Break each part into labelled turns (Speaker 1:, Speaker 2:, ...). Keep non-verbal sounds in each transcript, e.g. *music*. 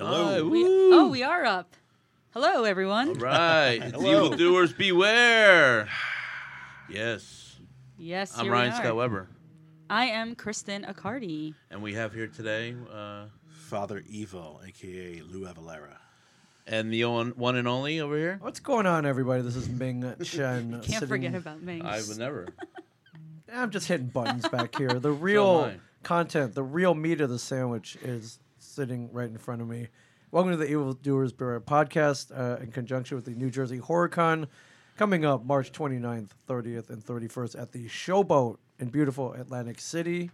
Speaker 1: oh, Hello, everyone.
Speaker 2: Right. It's evil doers beware. Yes.
Speaker 1: Yes,
Speaker 2: I'm
Speaker 1: here
Speaker 2: Ryan
Speaker 1: we are.
Speaker 2: Scott Weber.
Speaker 1: I am Kristen Accardi.
Speaker 2: And we have here today, uh,
Speaker 3: Father Evil, aka Lou Avalera.
Speaker 2: and the on- one and only over here.
Speaker 4: What's going on, everybody? This is
Speaker 1: *laughs*
Speaker 4: Ming Chen.
Speaker 1: Can't
Speaker 4: sitting-
Speaker 1: forget about Ming.
Speaker 2: I would never.
Speaker 4: I'm just hitting buttons
Speaker 1: *laughs*
Speaker 4: back here. The real
Speaker 2: I.
Speaker 4: content, the real meat of the sandwich is sitting right in front of me. Welcome to the Evil Doers Bureau podcast uh, in conjunction with the New Jersey Horror Con coming up March 29th, 30th, and 31st at the Showboat in beautiful Atlantic City.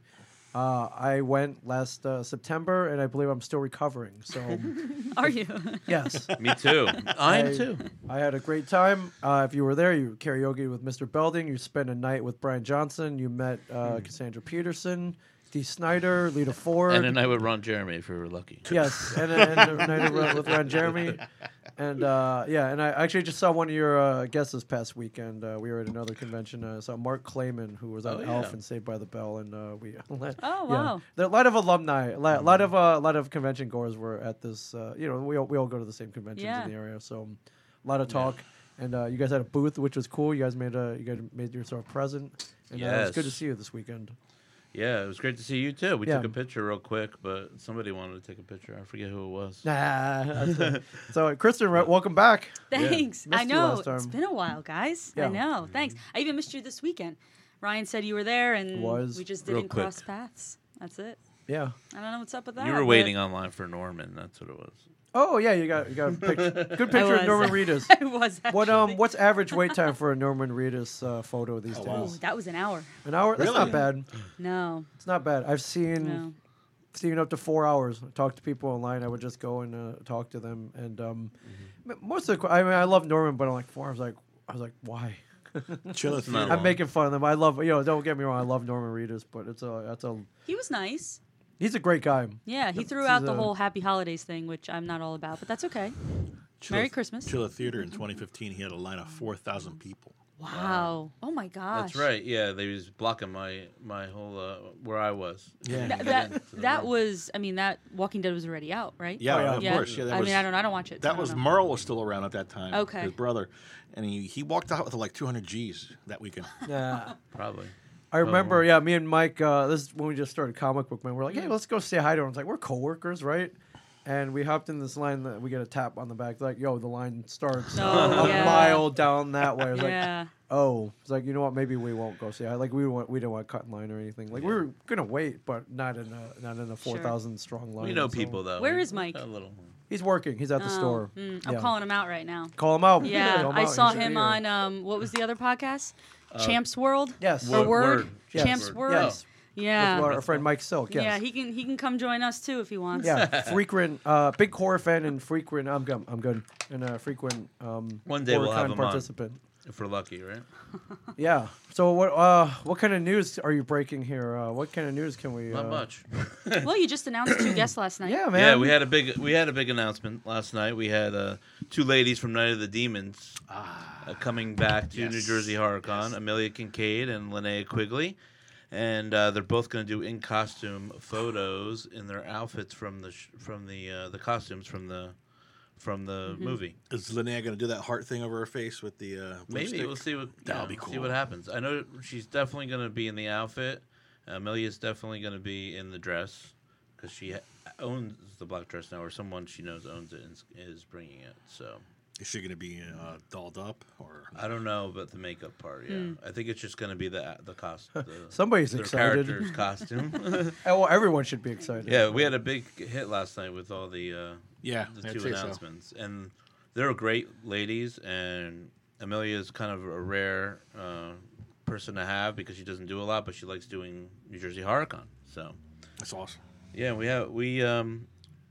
Speaker 4: Uh, I went last uh, September, and I believe I'm still recovering.
Speaker 1: *laughs*
Speaker 4: So,
Speaker 1: Are you?
Speaker 4: yes,
Speaker 2: Me *laughs* too. I'm too.
Speaker 4: I had a great time. Uh, if you were there, you karaoke with Mr. Belding. You spent a night with Brian Johnson. You met uh, Cassandra Peterson, Dee Snyder, Lita Ford.
Speaker 2: Hmm. And then I would run Jeremy if we were lucky.
Speaker 4: yes, and, and a night with- with Ron Jeremy. And uh, yeah, and I actually just saw one of your uh, guests this past weekend. Uh, we were at another convention. Uh, I saw Mark Clayman, who was on
Speaker 2: Oh, yeah.
Speaker 4: Elf and Saved by the Bell, and uh, we. *laughs*
Speaker 1: Oh,
Speaker 4: yeah.
Speaker 1: wow.
Speaker 4: There, a lot of alumni, a lot, lot
Speaker 2: Mm-hmm.
Speaker 4: of uh, a lot of convention goers were at this. Uh, you know, we all, we all go to the same conventions
Speaker 1: Yeah.
Speaker 4: in the area, so um, a lot of talk. And uh, you guys had a booth, which was cool. You guys made a you guys made yourself present. And uh, it was good to
Speaker 2: Yes.
Speaker 4: see you this weekend. *laughs*
Speaker 2: Yeah, it was great to see you too. We
Speaker 4: Yeah.
Speaker 2: took a picture real quick, but somebody wanted to take a picture. I forget who it was.
Speaker 4: Nah. uh, so, Kristen, right, welcome back.
Speaker 1: Thanks.
Speaker 4: Missed
Speaker 1: I
Speaker 4: you
Speaker 1: know.
Speaker 4: last
Speaker 1: It's
Speaker 4: time.
Speaker 1: been a while, guys. I
Speaker 4: Yeah.
Speaker 1: know. Thanks. I even missed you this weekend. Ryan said you were there, and
Speaker 4: Was.
Speaker 1: we just
Speaker 2: Real
Speaker 1: didn't
Speaker 2: quick.
Speaker 1: cross paths. That's it.
Speaker 4: Yeah.
Speaker 1: I don't know what's up with that.
Speaker 2: you were
Speaker 1: but *laughs*
Speaker 2: waiting online for Norman. That's what it was.
Speaker 4: Oh yeah, you got you got a picture, good picture
Speaker 1: was.
Speaker 4: of Norman
Speaker 1: *laughs*
Speaker 4: Reedus.
Speaker 1: I was. Actually.
Speaker 4: What um what's average wait time for a Norman Reedus uh, photo these days?
Speaker 3: wow.
Speaker 1: Ooh, that was an hour.
Speaker 4: An hour? That's not
Speaker 3: Really?
Speaker 4: bad.
Speaker 1: No,
Speaker 4: It's not bad. I've seen
Speaker 1: no.
Speaker 4: seen up to four hours. I talked to people online. I would just go and uh, talk to them, and um, m- most of the que- I mean I love Norman, but I'm like four. I was like I was like why?
Speaker 3: Chilla
Speaker 2: not
Speaker 3: Theater.
Speaker 2: long.
Speaker 4: I'm making fun of them. I love you know. Don't get me wrong. I love Norman Reedus, but it's a that's a
Speaker 1: He was nice.
Speaker 4: he's a great guy.
Speaker 1: Yeah, he
Speaker 4: Yep,
Speaker 1: threw
Speaker 4: this
Speaker 1: out
Speaker 4: is
Speaker 1: the
Speaker 4: a-
Speaker 1: whole Happy Holidays thing, which I'm not all about, but that's okay.
Speaker 3: Chilla-
Speaker 1: Merry Christmas.
Speaker 3: Chilla Theater in 2015, he had a line of 4,000 people.
Speaker 1: Wow. Oh my gosh.
Speaker 2: That's right. Yeah, they was blocking my my whole uh, where I was.
Speaker 3: Yeah. *laughs*
Speaker 1: That
Speaker 2: Get
Speaker 1: that,
Speaker 2: into the
Speaker 1: that
Speaker 2: room.
Speaker 1: was. I mean, that Walking Dead was already out, right?
Speaker 3: Yeah,
Speaker 4: Oh, yeah.
Speaker 3: of
Speaker 1: Yeah.
Speaker 3: course. Yeah, that
Speaker 1: I
Speaker 3: was,
Speaker 1: mean, I don't. I don't watch it. so I
Speaker 3: That
Speaker 1: don't
Speaker 3: was
Speaker 1: know.
Speaker 3: Merle was still around at that time.
Speaker 1: Okay.
Speaker 3: His brother, and he, he walked out with like 200 G's
Speaker 1: *laughs*
Speaker 3: that weekend.
Speaker 4: Yeah.
Speaker 2: probably.
Speaker 4: I remember,
Speaker 2: Um,
Speaker 4: yeah, me and Mike, uh, this is when we just started Comic Book Man. We're like, hey, let's go say hi to him. It's like, we're coworkers, right? And we hopped in this line that we get a tap on the back, like, yo, the line starts
Speaker 1: Oh,
Speaker 4: a
Speaker 1: yeah.
Speaker 4: mile down that way. I was like,
Speaker 1: Yeah.
Speaker 4: oh, it's like, you know what? Maybe we won't go say hi. Like, we want, we didn't want to cut in line or anything. Like, we were gonna wait, but not in a not in a four thousand strong line.
Speaker 2: We know
Speaker 4: so-
Speaker 2: people though.
Speaker 1: Where
Speaker 2: We-
Speaker 1: is Mike?
Speaker 2: A little.
Speaker 4: He's working. He's at the
Speaker 1: Oh,
Speaker 4: store.
Speaker 1: mm, I'm
Speaker 4: Yeah.
Speaker 1: calling him out right
Speaker 4: *laughs*
Speaker 1: now.
Speaker 4: Call him out.
Speaker 1: Yeah,
Speaker 4: Call him
Speaker 1: I
Speaker 4: out.
Speaker 1: saw
Speaker 4: He should
Speaker 1: him
Speaker 4: be
Speaker 1: on
Speaker 4: here.
Speaker 1: um, what was the other podcast?
Speaker 3: Uh,
Speaker 1: Champs World.
Speaker 4: Yes.
Speaker 1: Or
Speaker 2: Word-
Speaker 1: Word.
Speaker 2: Word.
Speaker 4: Yes.
Speaker 1: Champs Word.
Speaker 4: Yes.
Speaker 1: Yeah.
Speaker 4: With our friend Mike Silk. Yes.
Speaker 1: uh, Yeah. He can he can come join us too if he wants.
Speaker 2: *laughs*
Speaker 4: yeah, frequent, uh, big horror fan and frequent. I'm good. I'm good. And a frequent um,
Speaker 2: One day we'll have him
Speaker 4: HorrorCon
Speaker 2: on.
Speaker 4: participant.
Speaker 2: If we're lucky, right?
Speaker 4: Yeah. So what? Uh, what kind of news are you breaking here? Uh, what kind of news can we?
Speaker 2: Not
Speaker 4: uh,
Speaker 2: much.
Speaker 1: Well, you just announced two guests last night.
Speaker 4: Yeah, man.
Speaker 2: Yeah, we had a big we had a big announcement last night. We had uh, two ladies from Night of the Demons uh, coming back to New
Speaker 3: Yes.
Speaker 2: Jersey Horror Con, Amelia Kincaid and Linnea Quigley, and uh, they're both going to do in costume photos in their outfits from the sh- from the uh, the costumes from the from the
Speaker 1: Mm-hmm.
Speaker 2: movie.
Speaker 3: Is Linnea going to do that heart thing over her face with the uh,
Speaker 2: Maybe
Speaker 3: lipstick?
Speaker 2: we'll see what
Speaker 3: That'll
Speaker 2: yeah,
Speaker 3: be
Speaker 2: See
Speaker 3: cool.
Speaker 2: what happens. I know she's definitely going to be in the outfit. Amelia's definitely going to be in the dress because she ha- owns the black dress now, or someone she knows owns it and s- is bringing it. So
Speaker 3: Is she going to be uh, dolled up or?
Speaker 2: I don't know about the makeup part. Yeah, I think it's just going to be the the cost. The,
Speaker 3: *laughs*
Speaker 4: Somebody's
Speaker 2: their
Speaker 4: excited.
Speaker 2: character's costume. *laughs*
Speaker 4: Oh, well, everyone should be excited.
Speaker 2: yeah, we had a big hit last night with all the. Uh,
Speaker 3: Yeah,
Speaker 2: the
Speaker 3: I'd
Speaker 2: two
Speaker 3: say so.
Speaker 2: announcements, and they're great ladies. And Amelia is kind of a rare uh, person to have because she doesn't do a lot, but she likes doing New Jersey HorrorCon. So
Speaker 3: That's awesome.
Speaker 2: yeah, we have we um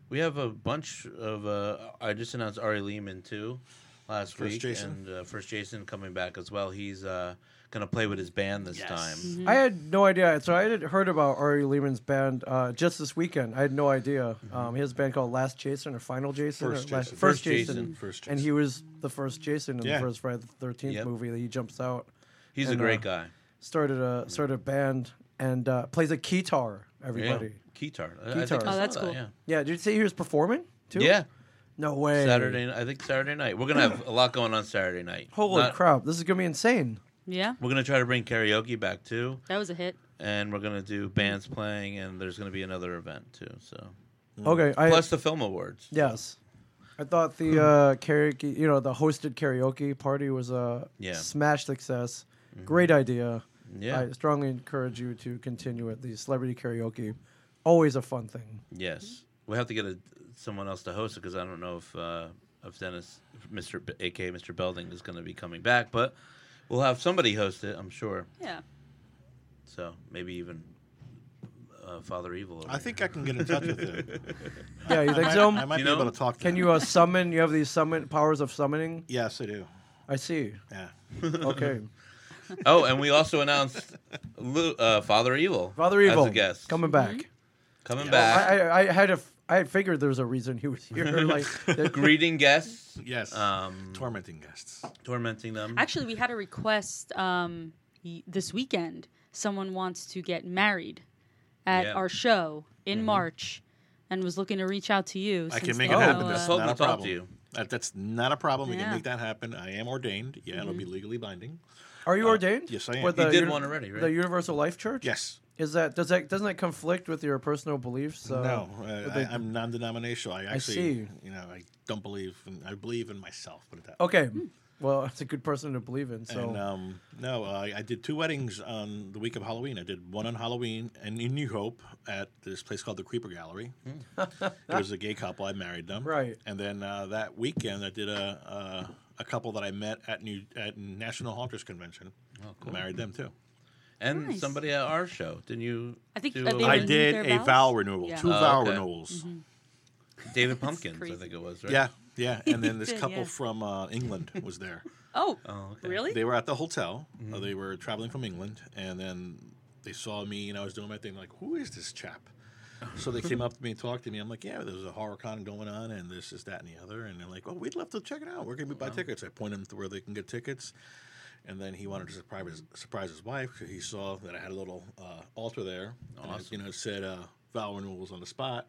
Speaker 2: we have a bunch of. Uh, I just announced Ari Lehman too last
Speaker 3: First
Speaker 2: week,
Speaker 3: Jason.
Speaker 2: and uh, first Jason coming back as well. He's uh, gonna play with his band this
Speaker 3: Yes.
Speaker 2: time.
Speaker 4: I had no idea. So I had heard about Ari Lehman's band uh, just this weekend. I had no idea. Um, he has a band called Last Jason or Final Jason.
Speaker 3: First
Speaker 4: or La-
Speaker 3: Jason.
Speaker 4: First
Speaker 2: Mm-hmm. First Jason.
Speaker 4: Jason.
Speaker 3: First
Speaker 4: And he
Speaker 3: Jason.
Speaker 4: was the first Jason in
Speaker 3: Yeah.
Speaker 4: the first Friday the 13th
Speaker 2: Yep.
Speaker 4: movie that he jumps out.
Speaker 2: He's
Speaker 4: And,
Speaker 2: a great
Speaker 4: uh,
Speaker 2: guy.
Speaker 4: started a started a band and uh, plays a guitar.
Speaker 2: Yeah.
Speaker 4: Everybody.
Speaker 2: Keytar. I- I think
Speaker 4: Keytar.
Speaker 2: I
Speaker 4: Oh,
Speaker 2: saw
Speaker 1: that's
Speaker 2: that,
Speaker 1: cool.
Speaker 2: Yeah.
Speaker 4: Yeah. Did you say he was performing too?
Speaker 2: Yeah.
Speaker 4: No way.
Speaker 2: Saturday, I think Saturday night. We're gonna have a lot going on Saturday night.
Speaker 4: Holy
Speaker 2: Not-
Speaker 4: crap! This is gonna be insane.
Speaker 1: Yeah,
Speaker 2: We're gonna try to bring karaoke back too,
Speaker 1: that was a hit.
Speaker 2: and we're gonna do bands playing, and there's gonna be another event too. So
Speaker 4: Okay. I,
Speaker 2: Mm. plus the film awards.
Speaker 4: yes. I thought the uh, karaoke, you know, the hosted karaoke party was a
Speaker 2: Yeah. Mm-hmm.
Speaker 4: smash success. Great idea.
Speaker 2: Yeah.
Speaker 4: I strongly encourage you to continue it. The celebrity karaoke, always a fun thing.
Speaker 2: Yes, we have to get a, someone else to host it because I don't know if uh, if Dennis, if Mr. B- A.K. Mr. Belding is going to be coming back, but we'll have somebody host it, I'm sure.
Speaker 1: Yeah.
Speaker 2: So maybe even uh, Father Evil. Over
Speaker 3: I think
Speaker 2: here.
Speaker 3: I can get in touch with him.
Speaker 4: Yeah, you
Speaker 3: I *laughs*
Speaker 4: think
Speaker 3: might,
Speaker 4: so?
Speaker 3: I might
Speaker 2: You
Speaker 3: be
Speaker 2: know?
Speaker 3: able to talk to
Speaker 4: Can
Speaker 3: him.
Speaker 4: you uh, summon? You have these summon powers of summoning.
Speaker 3: yes, I do.
Speaker 2: *laughs*
Speaker 4: I see.
Speaker 3: Yeah.
Speaker 4: Okay,
Speaker 2: oh, and we also announced Lu- uh, Father Evil.
Speaker 4: Father Evil
Speaker 2: as a guest
Speaker 4: coming back.
Speaker 2: coming
Speaker 4: I,
Speaker 3: Mm-hmm.
Speaker 2: back,
Speaker 4: I, I had a f- I had figured there was a reason he was
Speaker 3: *laughs*
Speaker 4: here. Like, that-
Speaker 2: greeting guests,
Speaker 3: Yes.
Speaker 2: um,
Speaker 3: Tormenting guests.
Speaker 2: tormenting them.
Speaker 1: Actually, we had a request um, y- this weekend. Someone wants to get married at
Speaker 2: Yeah. Mm-hmm.
Speaker 1: our show in March, and was looking to reach out to you.
Speaker 3: I can
Speaker 1: since
Speaker 3: make
Speaker 1: they
Speaker 3: it
Speaker 1: know,
Speaker 3: happen.
Speaker 1: uh,
Speaker 3: That's
Speaker 2: Hope
Speaker 3: not
Speaker 2: to
Speaker 3: a
Speaker 2: talk to
Speaker 3: problem.
Speaker 2: you.
Speaker 3: That, that's not a problem. We
Speaker 1: Yeah.
Speaker 3: can make that happen. I am ordained. Yeah, it'll
Speaker 4: Mm-hmm.
Speaker 3: be legally binding.
Speaker 4: are you ordained?
Speaker 3: Uh, yes, I am.
Speaker 4: With
Speaker 3: You
Speaker 4: the
Speaker 2: did
Speaker 4: uni-
Speaker 2: one already, right?
Speaker 4: The Universal Life Church.
Speaker 3: Yes.
Speaker 4: Is that does that doesn't that conflict with your personal beliefs? Uh,
Speaker 3: no, uh,
Speaker 4: they-
Speaker 3: I, I'm non-denominational. I actually,
Speaker 4: see.
Speaker 3: you know, I don't believe. In, I believe in myself. Put it that way.
Speaker 4: Okay. Well, it's a good person to believe in. So
Speaker 3: Hmm. And um, no, I, I did two weddings on the week of Halloween. I did one on Halloween and in New Hope at this place called the Creeper Gallery. it was a gay couple. I married them.
Speaker 4: Hmm. Right.
Speaker 3: And then uh, that weekend, I did a, a a couple that I met at New at National Haunters Convention. Oh, cool. Married them too.
Speaker 2: and
Speaker 1: Nice.
Speaker 2: somebody at our show. Didn't you?
Speaker 1: I think-
Speaker 2: do
Speaker 1: I
Speaker 2: a-
Speaker 1: think-
Speaker 3: I
Speaker 1: renewed
Speaker 3: did
Speaker 1: their
Speaker 3: a
Speaker 1: vows?
Speaker 3: vow renewal,
Speaker 1: Yeah.
Speaker 3: two
Speaker 2: Oh,
Speaker 3: vow
Speaker 2: okay.
Speaker 3: renewals.
Speaker 2: David Pumpkins. I
Speaker 1: crazy.
Speaker 2: think it was. Right?
Speaker 3: Yeah, yeah. And then this
Speaker 1: did,
Speaker 3: couple
Speaker 1: yeah.
Speaker 3: from uh, England was there.
Speaker 1: Oh,
Speaker 2: Oh, okay.
Speaker 1: really?
Speaker 3: They were at the hotel. uh, They were traveling from England, and then they saw me, and I was doing my thing. Like, who is this chap? So they came up to me and talked to me. I'm like, yeah, there's a horror con going on, and this is that and the other. And they're like, oh, we'd love to check it out. We're gonna be buy tickets. I point them to where they can get tickets. And then he wanted to surprise his, surprise his wife. 'cause He saw that I had a little uh, altar there. And it, you know, it said uh, vow renewals on the spot.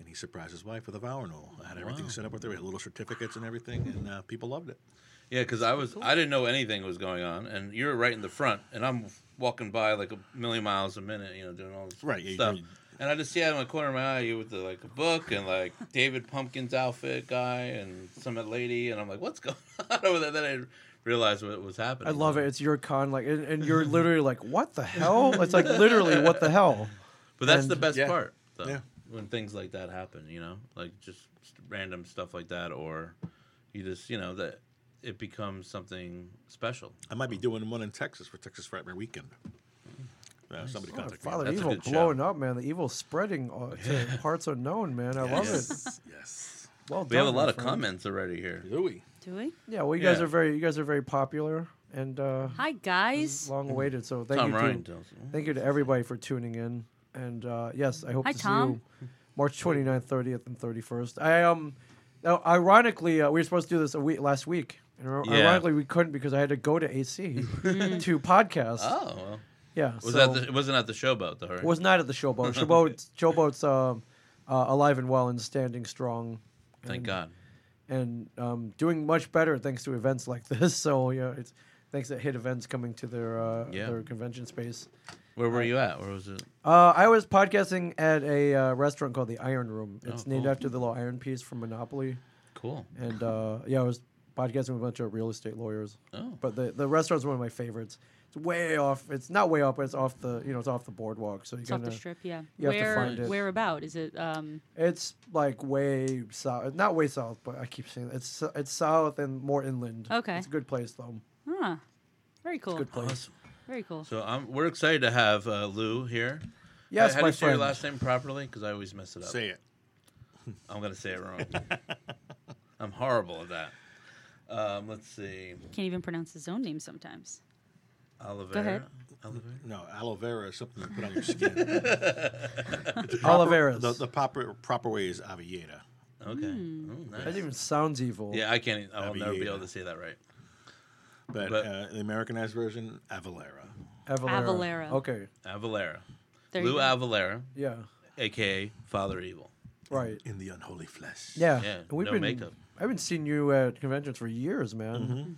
Speaker 3: And he surprised his wife with a vow renewal. I had everything set up with there. We had little certificates and everything, and uh, people loved it.
Speaker 2: Yeah, because I was I didn't know anything was going on, and you're right in the front, and I'm walking by like a million miles a minute, you know, doing all this
Speaker 3: Right, yeah, you-
Speaker 2: stuff. and I just see out of the corner of my eye you with the, like a book and like David Pumpkin's outfit guy and some lady, and I'm like, what's going *laughs* on over there? Then I realized what was happening.
Speaker 4: I love it. It's your con, like, and, and
Speaker 3: *laughs*
Speaker 4: you're literally like, what the hell? It's like literally, what the hell?
Speaker 2: But that's
Speaker 4: And-
Speaker 2: the best
Speaker 3: Yeah.
Speaker 2: part, though,
Speaker 3: Yeah.
Speaker 2: when things like that happen, you know, like just random stuff like that, or you just you know that it becomes something special.
Speaker 3: I might be doing one in Texas for Texas Frightmare Weekend. Uh, somebody
Speaker 4: Oh,
Speaker 3: contacted
Speaker 4: Father
Speaker 3: me.
Speaker 2: That's a
Speaker 4: Evil
Speaker 2: good show.
Speaker 4: blowing up, man. The evil spreading uh, to parts unknown, man. I love it.
Speaker 3: yes. Yes.
Speaker 4: Well
Speaker 2: We have a
Speaker 4: done, my
Speaker 2: lot of
Speaker 4: friend.
Speaker 2: comments already here.
Speaker 3: Louis.
Speaker 1: Do we?
Speaker 4: Yeah, well, you guys
Speaker 2: Yeah.
Speaker 4: are very, you guys are very popular and uh,
Speaker 1: Hi guys.
Speaker 4: long awaited. So thank
Speaker 2: Tom
Speaker 4: you,
Speaker 2: Ryan
Speaker 4: to,
Speaker 2: tells me.
Speaker 4: thank you to everybody for tuning in. And uh, yes, I hope
Speaker 1: Hi,
Speaker 4: to
Speaker 1: Tom.
Speaker 4: see you March 29th, 30th, and 31st. I um, now, ironically, uh, we were supposed to do this a week last week. And ir-
Speaker 2: Yeah.
Speaker 4: Ironically, we couldn't because I had to go to AC
Speaker 1: Hmm.
Speaker 4: to podcast.
Speaker 2: Oh, well.
Speaker 4: Yeah,
Speaker 2: was
Speaker 4: so-
Speaker 2: that the, it wasn't at the showboat though, right?
Speaker 4: was not at the showboat. Showboat,
Speaker 2: *laughs*
Speaker 4: showboat's um, uh, alive and well and standing strong,
Speaker 2: Thank God.
Speaker 4: Mm-hmm. and um, doing much better thanks to events like *laughs* this. So yeah, it's thanks to hit events coming to their uh,
Speaker 2: Yeah.
Speaker 4: their convention space.
Speaker 2: Where were you at? Where was it?
Speaker 4: Uh, I was podcasting at a uh, restaurant called the Iron Room. It's
Speaker 2: Oh,
Speaker 4: named
Speaker 2: cool.
Speaker 4: after the little iron piece from Monopoly,
Speaker 2: Cool.
Speaker 4: and uh,
Speaker 2: *laughs*
Speaker 4: yeah, I was podcasting with a bunch of real estate lawyers.
Speaker 2: Oh.
Speaker 4: But the the restaurant's one of my favorites. It's way off. It's not way off, but it's off the you know it's off the boardwalk. So you
Speaker 1: It's off the
Speaker 4: gotta-
Speaker 1: strip. Yeah.
Speaker 4: you have to
Speaker 1: Where?
Speaker 4: find it.
Speaker 1: Where about? Is it? Um,
Speaker 4: It's like way south, not way south, but I keep saying it's it's south and more inland.
Speaker 1: Okay.
Speaker 4: it's a good place though.
Speaker 1: huh. ah, Very cool.
Speaker 4: Good place.
Speaker 1: Very cool.
Speaker 2: So um, we're excited to have uh, Lou here.
Speaker 4: Yes,
Speaker 2: How do
Speaker 4: my
Speaker 2: you say your
Speaker 4: friend.
Speaker 2: last name properly? Because I always mess it up.
Speaker 3: Say it.
Speaker 2: I'm gonna say it wrong. *laughs* I'm horrible at that. Um, let's see,
Speaker 1: Can't even pronounce his own name sometimes.
Speaker 2: Oliveira.
Speaker 1: ahead.
Speaker 2: Oliveira?
Speaker 3: No, aloe vera is something you put *laughs* on your skin. the,
Speaker 4: Oliveras.
Speaker 3: the proper proper way is Avieta.
Speaker 2: Okay.
Speaker 1: Hmm.
Speaker 2: Oh,
Speaker 4: that
Speaker 2: nice.
Speaker 4: even sounds evil.
Speaker 2: Yeah, I can't. e- I'll never be
Speaker 3: Aviera.
Speaker 2: able to say that right.
Speaker 3: But,
Speaker 2: But-
Speaker 3: uh, the Americanized version, Avalera.
Speaker 4: Avalera.
Speaker 1: Avalera.
Speaker 4: Okay.
Speaker 2: Avalera.
Speaker 1: There you
Speaker 2: Lou
Speaker 1: go.
Speaker 2: Avalera,
Speaker 4: Yeah.
Speaker 2: aka Father Evil.
Speaker 4: Right.
Speaker 3: in the unholy flesh.
Speaker 4: Yeah.
Speaker 2: Yeah,
Speaker 4: And We've
Speaker 2: no
Speaker 4: been,
Speaker 2: makeup.
Speaker 4: I haven't seen you at conventions for years, man.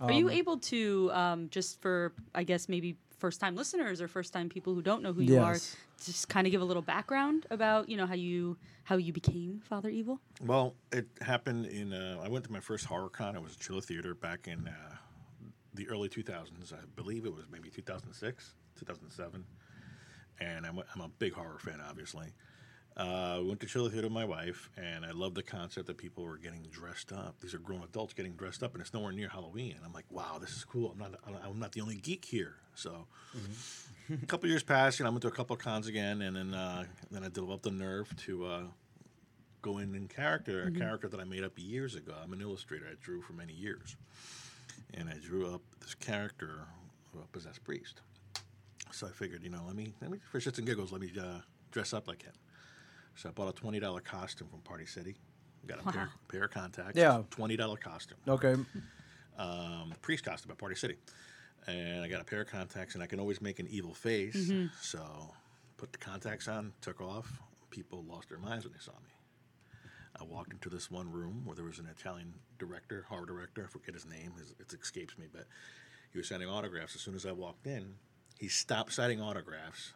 Speaker 1: Are you able to um, just for I guess maybe first time listeners or first time people who don't know who you
Speaker 4: Yes.
Speaker 1: are, just kind of give a little background about you know how you how you became Father Evil.
Speaker 3: Well, it happened in. Uh, I went to my first horror con. It was a Chiller Theater back in uh, the early 2000s. I believe it was maybe 2006, 2007. And I'm a, I'm a big horror fan, obviously. Uh, we went to Chiller Theater with my wife, and I loved the concept that people were getting dressed up. These are grown adults getting dressed up, and it's nowhere near Halloween. And I'm like, wow, this is cool. I'm not I'm not- I'm not the only geek here. So a *laughs* couple years passed, and I went to a couple of cons again, and then uh, then I developed the nerve to. Uh, go in in character, a character that I made up years ago. I'm an illustrator. I drew for many years, and I drew up this character of a possessed priest. So I figured, you know, let me let me for shits and giggles, let me uh, dress up like him. So I bought a twenty dollar costume from Party City. Got a pair, pair of contacts.
Speaker 4: Yeah.
Speaker 3: twenty dollar costume
Speaker 2: Mm-hmm.
Speaker 4: Okay.
Speaker 3: um, priest costume at Party City. And I got a pair of contacts, and I can always make an evil face. So put the contacts on, took off. People lost their minds when they saw me. I walked into this one room where there was an Italian director, horror director. I forget his name. His, it escapes me, but he was signing autographs. As soon as I walked in, he stopped signing autographs,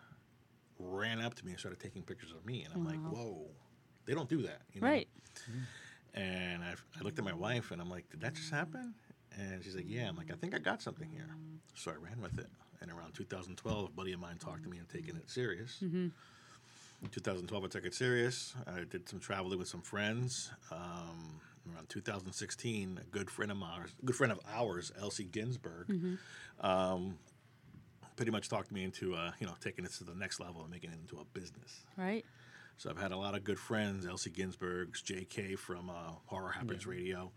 Speaker 3: ran up to me, and started taking pictures of me. And I'm like, whoa, they don't do that. You know?
Speaker 1: Right.
Speaker 3: And I, I looked at my wife and I'm like, did that just happen? And she's like, yeah. I'm like, I think I got something here. So I ran with it. And around 2012, a buddy of mine talked to me and taking it serious. In 2012, I took it serious. I did some traveling with some friends. Um, around 2016, a good friend of ours, good friend of ours, Elsie Ginsberg, um, pretty much talked me into, uh, you know, taking it to the next level and making it into a business.
Speaker 1: Right.
Speaker 3: So I've had a lot of good friends, Elsie Ginsberg's JK from uh, Horror Happens Radio.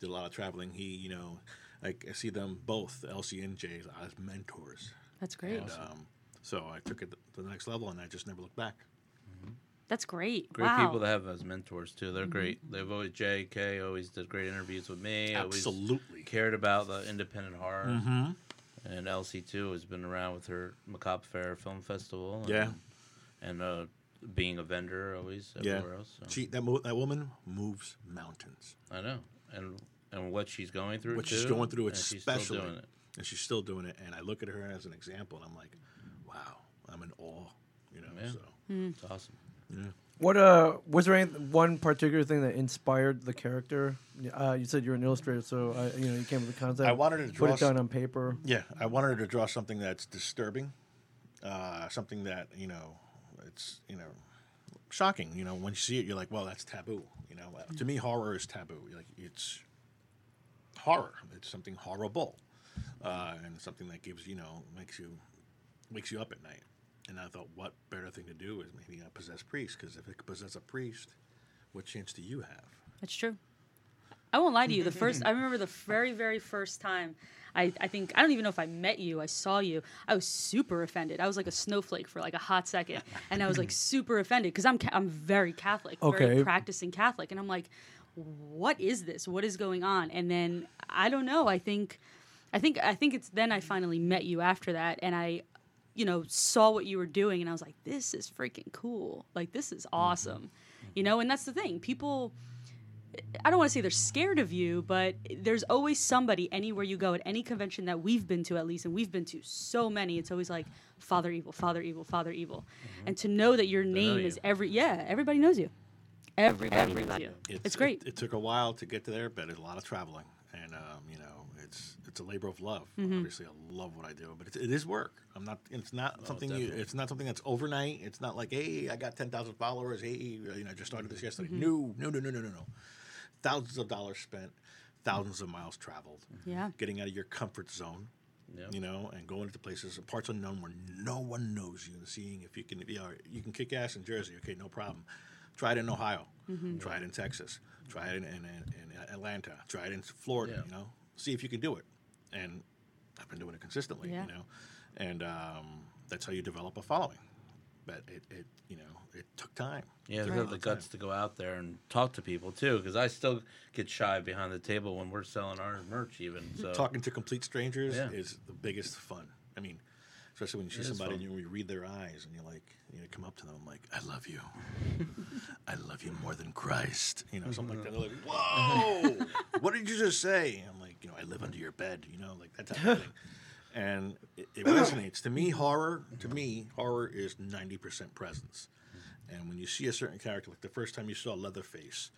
Speaker 3: Did a lot of traveling. He, you know, like I see them both, Elsie and Jay, as mentors.
Speaker 1: That's great.
Speaker 3: Um, so I took it to the next level, and I just never looked back.
Speaker 1: That's great.
Speaker 2: Great
Speaker 1: wow. Mm-hmm.
Speaker 2: people to have as mentors too. They're great. They've always JK always did great interviews with me. Always
Speaker 3: Absolutely. Mm-hmm.
Speaker 2: cared about the independent horror. And Elsie too has been around with her Macabre Fair Film Festival. And,
Speaker 3: Yeah.
Speaker 2: and uh, being a vendor always
Speaker 3: Yeah.
Speaker 2: everywhere else. So.
Speaker 3: She that mo- that woman moves mountains.
Speaker 2: I know, and and what she's going through.
Speaker 3: What she's
Speaker 2: too,
Speaker 3: going through,
Speaker 2: and
Speaker 3: it's
Speaker 2: she's
Speaker 3: special,
Speaker 2: Still doing it.
Speaker 3: and she's still doing it. And I look at her as an example, and I'm like, wow, I'm in awe. You know,
Speaker 2: Yeah.
Speaker 3: so.
Speaker 2: It's awesome.
Speaker 4: What uh was there any one particular thing that inspired the character? Uh, you said you're an illustrator, so I, you know you came up with the concept.
Speaker 3: I wanted to draw
Speaker 4: put it down
Speaker 3: s-
Speaker 4: on paper.
Speaker 3: Yeah, I wanted her to draw something that's disturbing, uh, something that you know, it's you know, shocking. You know, when you see it, you're like, "Well, that's taboo." You know, Uh, to me, horror is taboo. Like it's horror. It's something horrible, uh, and something that gives you know makes you wakes you up at night. And I thought, what better thing to do is maybe a possessed priest? Because if it could possess a priest, what chance do you have?
Speaker 1: That's true. I won't lie to you. The first I remember the very, very first time I, I think I don't even know if I met you, I saw you. I was super offended. I was like a snowflake for like a hot second. And I was like super offended because I'm ca- I'm very Catholic,
Speaker 4: Okay.
Speaker 1: very practicing Catholic. And I'm like, what is this? What is going on? And then I don't know. I think I think I think it's then I finally met you after that and I you know, saw what you were doing and I was like, this is freaking cool. Like this is awesome. You know, and that's the thing. People I don't want to say they're scared of you, but there's always somebody anywhere you go at any convention that we've been to, at least, and we've been to so many. It's always like Father Evil, Father Evil, Father Evil, and to know that your name
Speaker 2: you.
Speaker 1: is every yeah, everybody knows you. Everybody, knows you. It's,
Speaker 3: it-
Speaker 1: great.
Speaker 3: It, took a while to get to there, but it's a lot of traveling, and um, you know, it's it's a labor of love.
Speaker 1: Mm-hmm.
Speaker 3: Obviously, I love what I do, but it's, it is work. I'm not. It's not something. You,
Speaker 2: definitely.
Speaker 3: it's not something that's overnight. It's not like, hey, I got ten thousand followers. Hey, you know, I just started
Speaker 1: Mm-hmm.
Speaker 3: this yesterday. No, no, no, no, no, no, no. Thousands of dollars spent, thousands of miles traveled.
Speaker 1: Yeah.
Speaker 3: Getting out of your comfort zone.
Speaker 2: Yeah.
Speaker 3: You know, and going to places, parts unknown where no one knows you, and seeing if you can, you, know, you can kick ass in Jersey. Okay, no problem. Try it in Ohio. Try it in Texas. Try it in, in, in, in Atlanta. Try it in Florida.
Speaker 2: Yeah.
Speaker 3: You know, see if you can do it. And I've been doing it consistently.
Speaker 1: Yeah.
Speaker 3: You know, and um, that's how you develop a following. But it, it you know, it took time.
Speaker 2: Yeah,
Speaker 3: Took
Speaker 2: they
Speaker 3: a
Speaker 2: have
Speaker 3: lot
Speaker 2: the
Speaker 3: of time.
Speaker 2: guts to go out there and talk to people too, because I still get shy behind the table when we're selling our merch, even. So
Speaker 3: talking to complete strangers
Speaker 2: Yeah.
Speaker 3: is the biggest fun. I mean, especially when you see
Speaker 2: It is
Speaker 3: somebody and
Speaker 2: fun.
Speaker 3: you, you read their eyes and you're like, you know, come up to them like, I love
Speaker 2: *laughs*
Speaker 3: you. I love you more than Christ. You know, something like that. They're like,
Speaker 2: Mm-hmm.
Speaker 3: whoa, what did you just say? I'm like, you know, I live under your bed, you know, like that type
Speaker 2: *laughs*
Speaker 3: of thing. And it,
Speaker 2: *clears throat*
Speaker 3: it resonates. To me, horror, to me, horror is 90% presence. And when you see a certain character, like the first time you saw Leatherface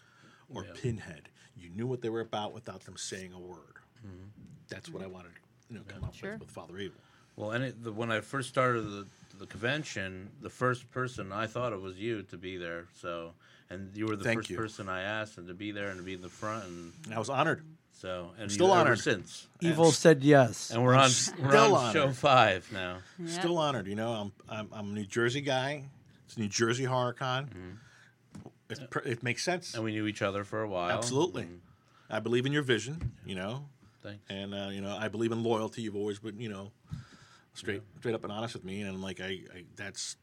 Speaker 3: or Pinhead, you knew what they were about without them saying a word.
Speaker 2: Mm-hmm.
Speaker 3: That's what I wanted to you know, come up
Speaker 1: Sure.
Speaker 3: with with Father Evil.
Speaker 2: Well, and it, the, when I first started the, the convention, the first person I thought it was you to be there. So, and you were the
Speaker 3: Thank
Speaker 2: first
Speaker 3: you.
Speaker 2: person I asked and to be there and to be in the front, and
Speaker 3: And I was honored.
Speaker 2: so and
Speaker 3: Still
Speaker 2: you, ever
Speaker 3: honored.
Speaker 2: since.
Speaker 4: Evil said yes.
Speaker 2: And we're on we're on
Speaker 3: Still honored.
Speaker 2: show five now.
Speaker 1: Yeah.
Speaker 3: Still honored. You know, I'm, I'm, I'm a New Jersey guy. It's New Jersey Horror Con. It's pr it makes sense.
Speaker 2: Mm-hmm. And we Mm-hmm. knew each other for a while.
Speaker 3: Absolutely.
Speaker 2: and
Speaker 3: I believe in your vision, you know,
Speaker 2: Thanks.
Speaker 3: and, uh, you know, I believe in loyalty. You've always been, you know, straight straight up and honest with me. And I'm like, I, I that's,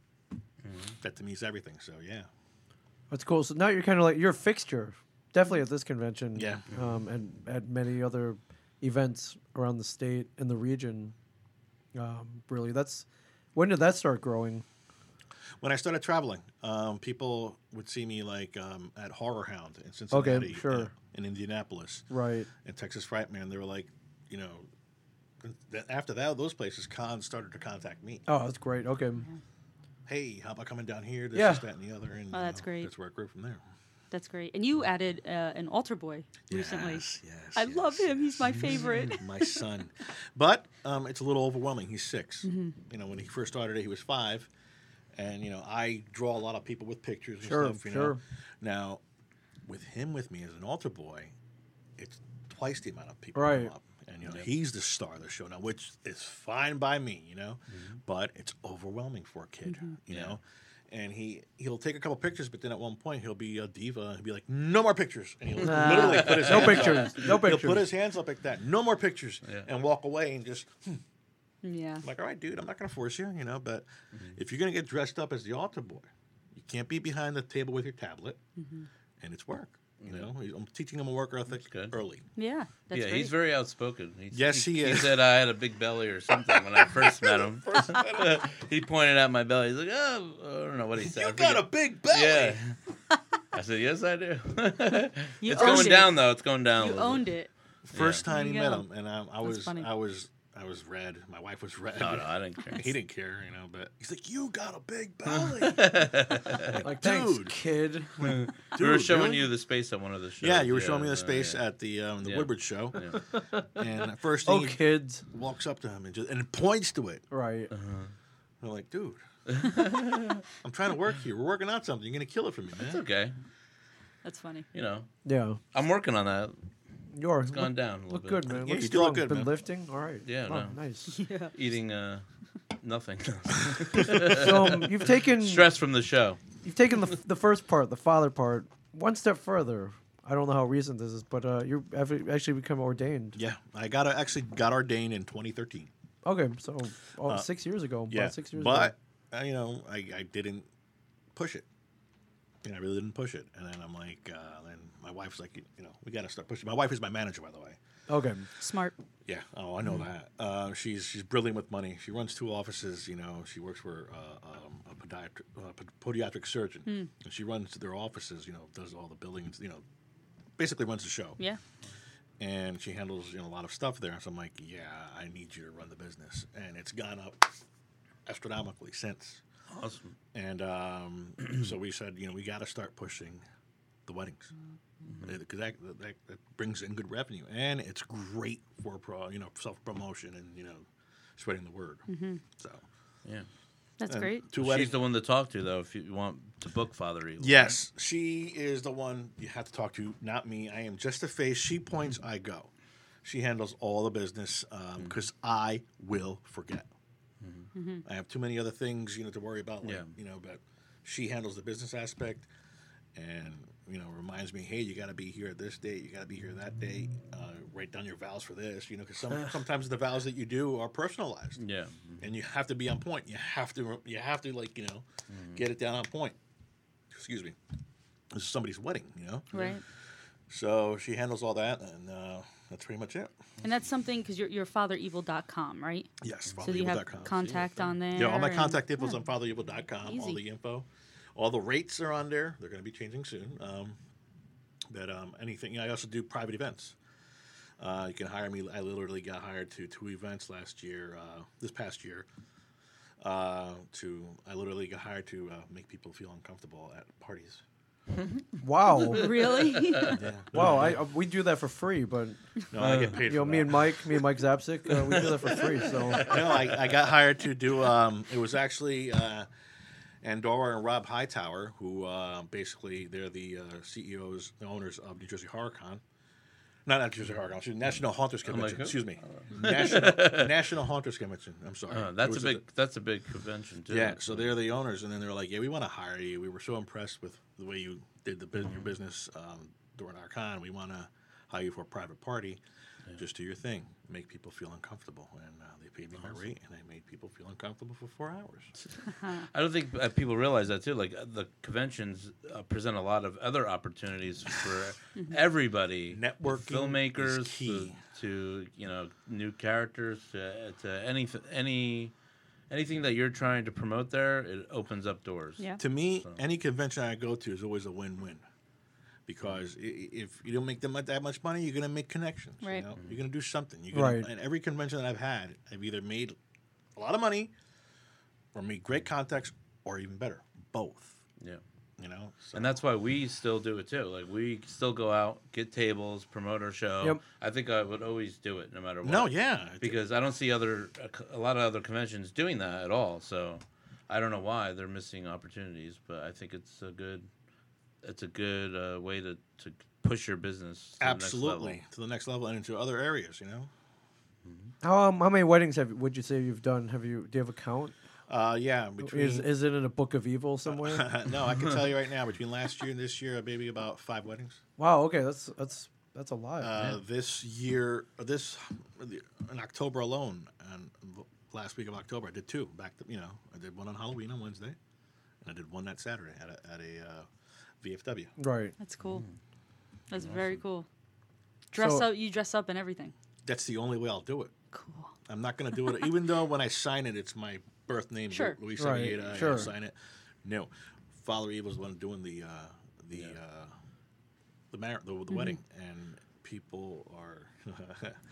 Speaker 3: that to me is everything. So, yeah.
Speaker 4: That's cool. So now you're kind of like you're a fixture, definitely at this convention.
Speaker 3: Yeah.
Speaker 4: Um, and at many other events around the state and the region. Um, really, that's when did that start growing?
Speaker 3: When I started traveling, um, people would see me like um, at Horror Hound in Cincinnati,
Speaker 4: Okay, sure.
Speaker 3: uh, in Indianapolis,
Speaker 4: Right.
Speaker 3: and Texas Frightmare, and they were like, you know, th- after that, those places, cons started to contact me.
Speaker 4: Oh, that's great. Okay.
Speaker 3: Hey, how about coming down here? This,
Speaker 4: Yeah.
Speaker 3: this, that, and the other. And,
Speaker 1: Oh,
Speaker 3: you
Speaker 1: that's
Speaker 3: know,
Speaker 1: great.
Speaker 3: That's where I grew from there.
Speaker 1: That's great. And you added uh, an altar boy recently.
Speaker 3: Yes, yes.
Speaker 1: I love
Speaker 3: yes,
Speaker 1: him. He's my
Speaker 3: *laughs*
Speaker 1: favorite.
Speaker 3: my son. But um, it's a little overwhelming. He's 6 You know, when he first started it, he was five. And, you know, I draw a lot of people with pictures and
Speaker 4: Sure,
Speaker 3: stuff, you
Speaker 4: sure.
Speaker 3: know. Now, with him with me as an altar boy, it's twice the amount of people come
Speaker 4: Right.
Speaker 3: up. And, you know, he's the star of the show now, which is fine by me, you know, but it's overwhelming for a kid,
Speaker 4: Mm-hmm.
Speaker 3: you
Speaker 2: Yeah.
Speaker 3: know. And he he'll take a couple pictures, but then at one point he'll be a diva and he'll be like, "No more pictures!" And he'll
Speaker 4: Nah.
Speaker 3: literally put his
Speaker 4: No
Speaker 3: hands up.
Speaker 4: pictures. No
Speaker 3: He'll put
Speaker 4: pictures.
Speaker 3: his hands up like that. No more pictures,
Speaker 2: Yeah.
Speaker 3: and walk away and just
Speaker 1: yeah.
Speaker 3: I'm like, all right, dude, I'm not gonna force you, you know. But
Speaker 2: Mm-hmm.
Speaker 3: if you're gonna get dressed up as the altar boy, you can't be behind the table with your tablet,
Speaker 2: Mm-hmm.
Speaker 3: and it's work. You know, I'm teaching him a work ethic
Speaker 2: good.
Speaker 3: early.
Speaker 1: Yeah. That's
Speaker 2: yeah,
Speaker 1: great.
Speaker 2: he's very outspoken. He's,
Speaker 3: Yes, he
Speaker 2: He
Speaker 3: is.
Speaker 2: said I had a big belly or something when I first
Speaker 3: *laughs*
Speaker 2: met him. *laughs* he pointed at my belly. He's like, oh, I don't know what he said. I
Speaker 3: You got a
Speaker 2: forget."
Speaker 3: big belly.
Speaker 2: Yeah.
Speaker 1: *laughs*
Speaker 2: I said, yes, I do. *laughs*
Speaker 1: You
Speaker 2: it's
Speaker 1: owned
Speaker 2: going
Speaker 1: it.
Speaker 2: down though. It's going down. a
Speaker 1: You
Speaker 2: little bit.
Speaker 1: owned it.
Speaker 3: First time he
Speaker 1: There you
Speaker 3: met
Speaker 1: go.
Speaker 3: him, and I, I
Speaker 1: That's
Speaker 3: was,
Speaker 1: funny.
Speaker 3: I was, I was red. My wife was red.
Speaker 2: No, no, I didn't care.
Speaker 3: *laughs* he didn't care, you know. But he's like, you got a
Speaker 2: *laughs*
Speaker 3: big belly. *laughs*
Speaker 4: Like, thanks,
Speaker 3: Dude. *laughs*
Speaker 4: kid. *laughs*
Speaker 2: we were
Speaker 3: Dude,
Speaker 2: showing
Speaker 3: really?
Speaker 2: you the space at one of the shows.
Speaker 3: Yeah, you were showing me the
Speaker 2: uh,
Speaker 3: space
Speaker 2: yeah.
Speaker 3: at the um, the
Speaker 2: Yeah.
Speaker 3: Woodward show,
Speaker 2: Yeah.
Speaker 3: and first
Speaker 4: oh,
Speaker 3: thing he
Speaker 4: kids.
Speaker 3: walks up to him and just and points to it.
Speaker 4: Right.
Speaker 3: And I'm like,
Speaker 4: *laughs*
Speaker 3: dude, I'm trying to work here. We're working on something. You're gonna kill it for me,
Speaker 2: It's
Speaker 3: man.
Speaker 2: okay.
Speaker 1: That's funny.
Speaker 2: You know,
Speaker 4: Yeah.
Speaker 2: I'm working on that.
Speaker 4: You're
Speaker 2: It's gone
Speaker 4: look,
Speaker 2: down a little
Speaker 4: look
Speaker 2: bit.
Speaker 4: good, man.
Speaker 3: Yeah,
Speaker 4: Look
Speaker 3: you do
Speaker 4: strong.
Speaker 3: look good,
Speaker 4: Been
Speaker 3: man.
Speaker 4: lifting. All right.
Speaker 2: Yeah,
Speaker 4: Wow,
Speaker 2: no.
Speaker 3: *laughs*
Speaker 4: Nice.
Speaker 1: Yeah.
Speaker 2: Eating uh, nothing.
Speaker 4: so um, you've taken
Speaker 2: Stress from the show.
Speaker 4: you've taken the, the first part, the father part, one step further. I don't know how recent this is, but uh, you have actually become ordained.
Speaker 3: Yeah, I got actually got ordained in 2013.
Speaker 4: Okay, so oh, six years ago. about
Speaker 3: Uh, Yeah,
Speaker 4: six years
Speaker 3: but
Speaker 4: ago.
Speaker 3: uh, you know, I, I didn't push it. You know, I really didn't push it. And then I'm like, uh, then my wife's like, you you know, we got to start pushing. My wife is my manager, by the way.
Speaker 4: Okay,
Speaker 1: Smart.
Speaker 3: Yeah. Oh, I know that. Uh, she's she's brilliant with money. She runs two offices. You know, she works for uh, um, a podiatric, uh, pod- podiatric surgeon, and she runs their offices. You know, does all the buildings. You know, basically runs the show.
Speaker 1: Yeah.
Speaker 3: And she handles you know a lot of stuff there. So I'm like, yeah, I need you to run the business, and it's gone up astronomically since.
Speaker 2: Awesome.
Speaker 3: And um, so we said, you know, we got to start pushing the weddings because that, that, that brings in good revenue, and it's great for pro, you know, self promotion and you know, spreading the word. So
Speaker 2: Yeah.
Speaker 1: That's great.
Speaker 3: two
Speaker 2: She's
Speaker 3: weddings.
Speaker 2: the one to talk to though, if you want to book Father Evil.
Speaker 3: Yes, she is the one you have to talk to, not me. I am just a face. She points, I go. She handles all the business because I will forget. I have too many other things, you know, to worry about. Like,
Speaker 2: Yeah.
Speaker 3: You know, but she handles the business aspect, and you know, reminds me, hey, you got to be here at this date. You got to be here that day. Uh, write down your vows for this. You know, because some, sometimes the vows that you do are personalized
Speaker 2: Yeah.
Speaker 3: and you have to be on point. You have to you have to like you know get it down on point. Excuse me. This is somebody's wedding, you know.
Speaker 1: Right.
Speaker 3: So she handles all that, and uh, That's pretty much it.
Speaker 1: And that's something because you're, you're fathereevil.com, right?
Speaker 3: Yes,
Speaker 1: So you have
Speaker 3: fatherevil.com.
Speaker 1: contact on there.
Speaker 3: Yeah, all my
Speaker 1: and-
Speaker 3: contact info is
Speaker 1: yeah.
Speaker 3: on fatherevil.com. All
Speaker 1: Easy.
Speaker 3: the info, all the rates are on there. They're going to be changing soon. Um, but um, anything, I also do private events. Uh, you can hire me. I literally got hired to two events last year, uh, this past year. Uh, to I literally got hired to uh, make people feel uncomfortable at parties. *laughs*
Speaker 4: Wow.
Speaker 1: *laughs* Really?
Speaker 4: wow. I, uh, we do that for free, but
Speaker 3: No, I get paid.
Speaker 4: you
Speaker 3: for
Speaker 4: know, Uh, me
Speaker 3: that.
Speaker 4: and Mike, me and Mike Zapsik, uh, we do that for
Speaker 3: *laughs*
Speaker 4: free. So
Speaker 3: no, I, I got hired to do. Um, it was actually uh, Andorra and Rob Hightower, who uh, basically they're the uh, CEOs, the owners of New Jersey Horror Con. Not New Jersey Horror Con, excuse- National Haunters Convention.
Speaker 2: who? *laughs*
Speaker 3: excuse me, National National Haunters Convention. I'm sorry.
Speaker 2: Uh,
Speaker 3: It
Speaker 2: that's a
Speaker 3: was
Speaker 2: big that's a big convention too.
Speaker 3: yeah, so they're the owners, and then they're like, "Yeah, we want to hire you. We were so impressed with the way you did the bus- your business um, during our con. We want to hire you for a private party. Just do your thing. Make people feel uncomfortable." And uh, they paid me my rate, and I made people feel uncomfortable for four hours.
Speaker 2: I don't think uh, people realize that too. Like uh, the conventions uh, present a lot of other
Speaker 3: *laughs*
Speaker 2: opportunities for everybody, the
Speaker 3: Networking is
Speaker 2: filmmakers,
Speaker 3: key.
Speaker 2: To, to you know new characters, to, to any any anything that you're trying to promote there, it opens up doors.
Speaker 1: yeah.
Speaker 3: To me, any convention I go to is always a win-win. Because i- i- if you don't make that mu- that much money, you're going to make connections. you
Speaker 1: Right.
Speaker 3: know? You're going to do something. You're gonna,
Speaker 4: Right.
Speaker 3: And every convention that I've had, I've either made a lot of money, or made great contacts, or even better, both.
Speaker 2: yeah.
Speaker 3: You know. So
Speaker 2: And that's why we still do it too. Like we still go out, get tables, promote our show.
Speaker 4: Yep.
Speaker 2: I think I would always do it no matter what.
Speaker 3: no, yeah, it's-
Speaker 2: because I don't see other a c- a lot of other conventions doing that at all. So I don't know why they're missing opportunities, but I think it's a good it's a good uh, way to, to push your business to The
Speaker 3: absolutely
Speaker 2: next
Speaker 3: to the next level and into other areas. You know.
Speaker 4: how um, how many weddings have would you say you've done? Have you do you have a count?
Speaker 3: Uh, yeah. Between
Speaker 4: Is is it in a book of
Speaker 3: *laughs*
Speaker 4: evil somewhere?
Speaker 3: no, I can tell you right
Speaker 4: *laughs*
Speaker 3: now, between last year and this year, maybe about five weddings.
Speaker 4: wow. Okay, that's that's that's a lot.
Speaker 3: Uh, this year, or this in October alone, and the last week of October, I did two back. To, you know, I did one on Halloween on Wednesday, and I did one that Saturday at a, at a uh, VFW.
Speaker 4: right.
Speaker 1: That's cool. That's very cool. Dress
Speaker 4: So-
Speaker 1: up. You dress up and everything.
Speaker 3: That's the only way I'll do it.
Speaker 1: Cool.
Speaker 3: I'm not going to do it, even though when I sign it, it's my birth name,
Speaker 1: Sure.
Speaker 3: Luis
Speaker 4: Right,
Speaker 3: Arrieta.
Speaker 4: sure.
Speaker 3: I sign it. No, Father Evil's the one doing the uh, the uh, the, mar- the, the
Speaker 1: Mm-hmm.
Speaker 3: wedding, and people are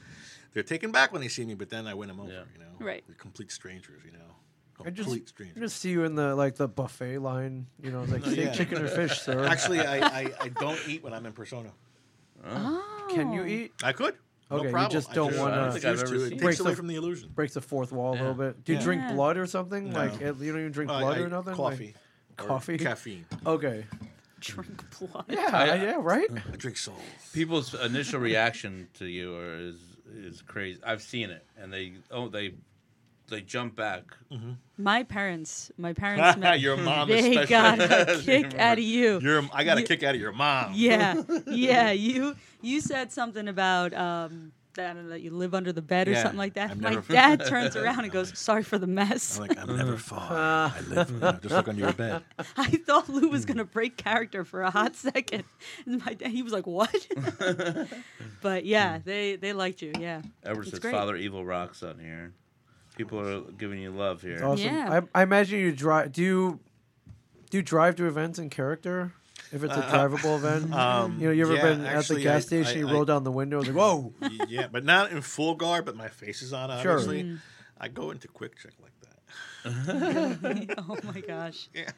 Speaker 3: *laughs* they're taken back when they see me, but then I win them over.
Speaker 2: Yeah.
Speaker 3: You know,
Speaker 1: Right.
Speaker 3: They're complete strangers. You know,
Speaker 4: I
Speaker 3: complete
Speaker 4: just, I
Speaker 3: strangers.
Speaker 4: just see you in the like the buffet line. You know, it's like
Speaker 3: *laughs*
Speaker 4: steak,
Speaker 3: yeah.
Speaker 4: chicken, or fish, sir.
Speaker 3: Actually, I, I, I don't eat when I'm in persona.
Speaker 1: Oh.
Speaker 4: Can you eat?
Speaker 3: I could. no
Speaker 4: Okay, you
Speaker 3: problem.
Speaker 4: just
Speaker 3: I
Speaker 4: don't
Speaker 3: just-
Speaker 4: wanna-
Speaker 3: I
Speaker 4: I don't
Speaker 2: think
Speaker 3: refuse
Speaker 2: I've ever
Speaker 3: to.
Speaker 2: seen
Speaker 3: It
Speaker 4: Breaks
Speaker 3: takes away
Speaker 4: the-
Speaker 3: from the illusion.
Speaker 4: Breaks the fourth wall a
Speaker 2: Yeah.
Speaker 4: little bit. Do you
Speaker 3: Yeah.
Speaker 4: drink
Speaker 1: Yeah.
Speaker 4: blood or something? Like it,
Speaker 3: No.
Speaker 4: you don't even drink
Speaker 3: Well, I-
Speaker 4: blood
Speaker 3: I-
Speaker 4: or nothing. Like-
Speaker 3: Coffee. or
Speaker 4: coffee?
Speaker 3: Caffeine.
Speaker 4: okay.
Speaker 1: Drink blood.
Speaker 4: Yeah.
Speaker 2: I-
Speaker 4: yeah. Right.
Speaker 3: I drink souls.
Speaker 2: People's initial reaction to you are, is is crazy. I've seen it, and they oh they they jump back.
Speaker 1: My parents. My parents
Speaker 3: *laughs*
Speaker 1: met.
Speaker 3: Your mom is
Speaker 1: they
Speaker 3: special. *laughs*
Speaker 1: got *laughs* a kick out of you.
Speaker 3: Your, I got a
Speaker 1: You-
Speaker 3: kick out of your mom.
Speaker 1: yeah, yeah. You you said something about um, that, I don't know, that you live under the bed or
Speaker 3: Yeah,
Speaker 1: something like that.
Speaker 3: I've
Speaker 1: My
Speaker 3: never- *laughs*
Speaker 1: dad turns around and goes, "Sorry for the mess."
Speaker 3: I'm like, I'm never
Speaker 1: Ah.
Speaker 3: far. I live, you know, just look under your bed.
Speaker 1: *laughs* I thought Lou was
Speaker 3: hmm.
Speaker 1: gonna break character for a hot second. And my dad, he was like,
Speaker 3: *laughs*
Speaker 1: "What?" but
Speaker 3: Hmm.
Speaker 1: yeah, they they liked you.
Speaker 3: *laughs*
Speaker 1: Yeah, *laughs*
Speaker 2: Ever
Speaker 1: It's
Speaker 2: since
Speaker 1: great.
Speaker 2: Father Evil rocks on here, people are giving you love here.
Speaker 4: Awesome.
Speaker 1: Yeah.
Speaker 4: I, I imagine you drive. Do you do you drive to events in character? If it's a drivable event, you know, you ever
Speaker 3: Uh, um, yeah,
Speaker 4: been
Speaker 3: actually,
Speaker 4: at the gas
Speaker 3: I-
Speaker 4: station? you
Speaker 3: I-
Speaker 4: roll
Speaker 3: I-
Speaker 4: down the window, like, whoa,
Speaker 3: *laughs* Y- yeah, but not in full guard, but my face is on,
Speaker 4: Sure.
Speaker 3: obviously.
Speaker 1: Mm.
Speaker 3: I go into quick check like that.
Speaker 1: oh my gosh.
Speaker 3: Yeah.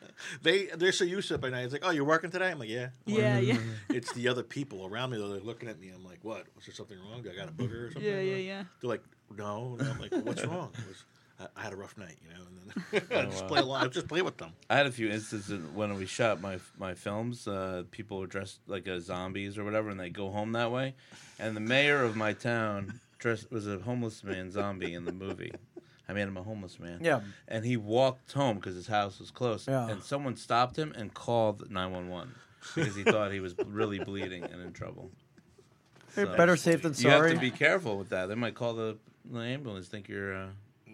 Speaker 3: They, they're so used to it by now. It's like, oh, you're working today? I'm like, yeah. I'm
Speaker 1: Yeah, yeah,
Speaker 3: like, It's the other people around me that are looking at me. I'm like, what? Was there something wrong? Do I got a booger or something?
Speaker 1: yeah, yeah, yeah.
Speaker 3: They're like, no. And I'm like, well, what's wrong? It was, I, I had a rough night, you know. And then *laughs* I just play along. I just play with them.
Speaker 2: I had a few instances when we shot my my films. Uh, people were dressed like as zombies or whatever, and they go home that way. And the mayor of my town dressed was a homeless man zombie in the movie. I made him a homeless man.
Speaker 4: Yeah.
Speaker 2: And he walked home because his house was close.
Speaker 4: Yeah.
Speaker 2: And someone stopped him and called nine one one because he thought he was really bleeding and in trouble.
Speaker 4: hey,
Speaker 2: So-
Speaker 4: better safe than
Speaker 2: You
Speaker 4: sorry.
Speaker 2: have to be careful with that. They might call the, the ambulance, think you're uh,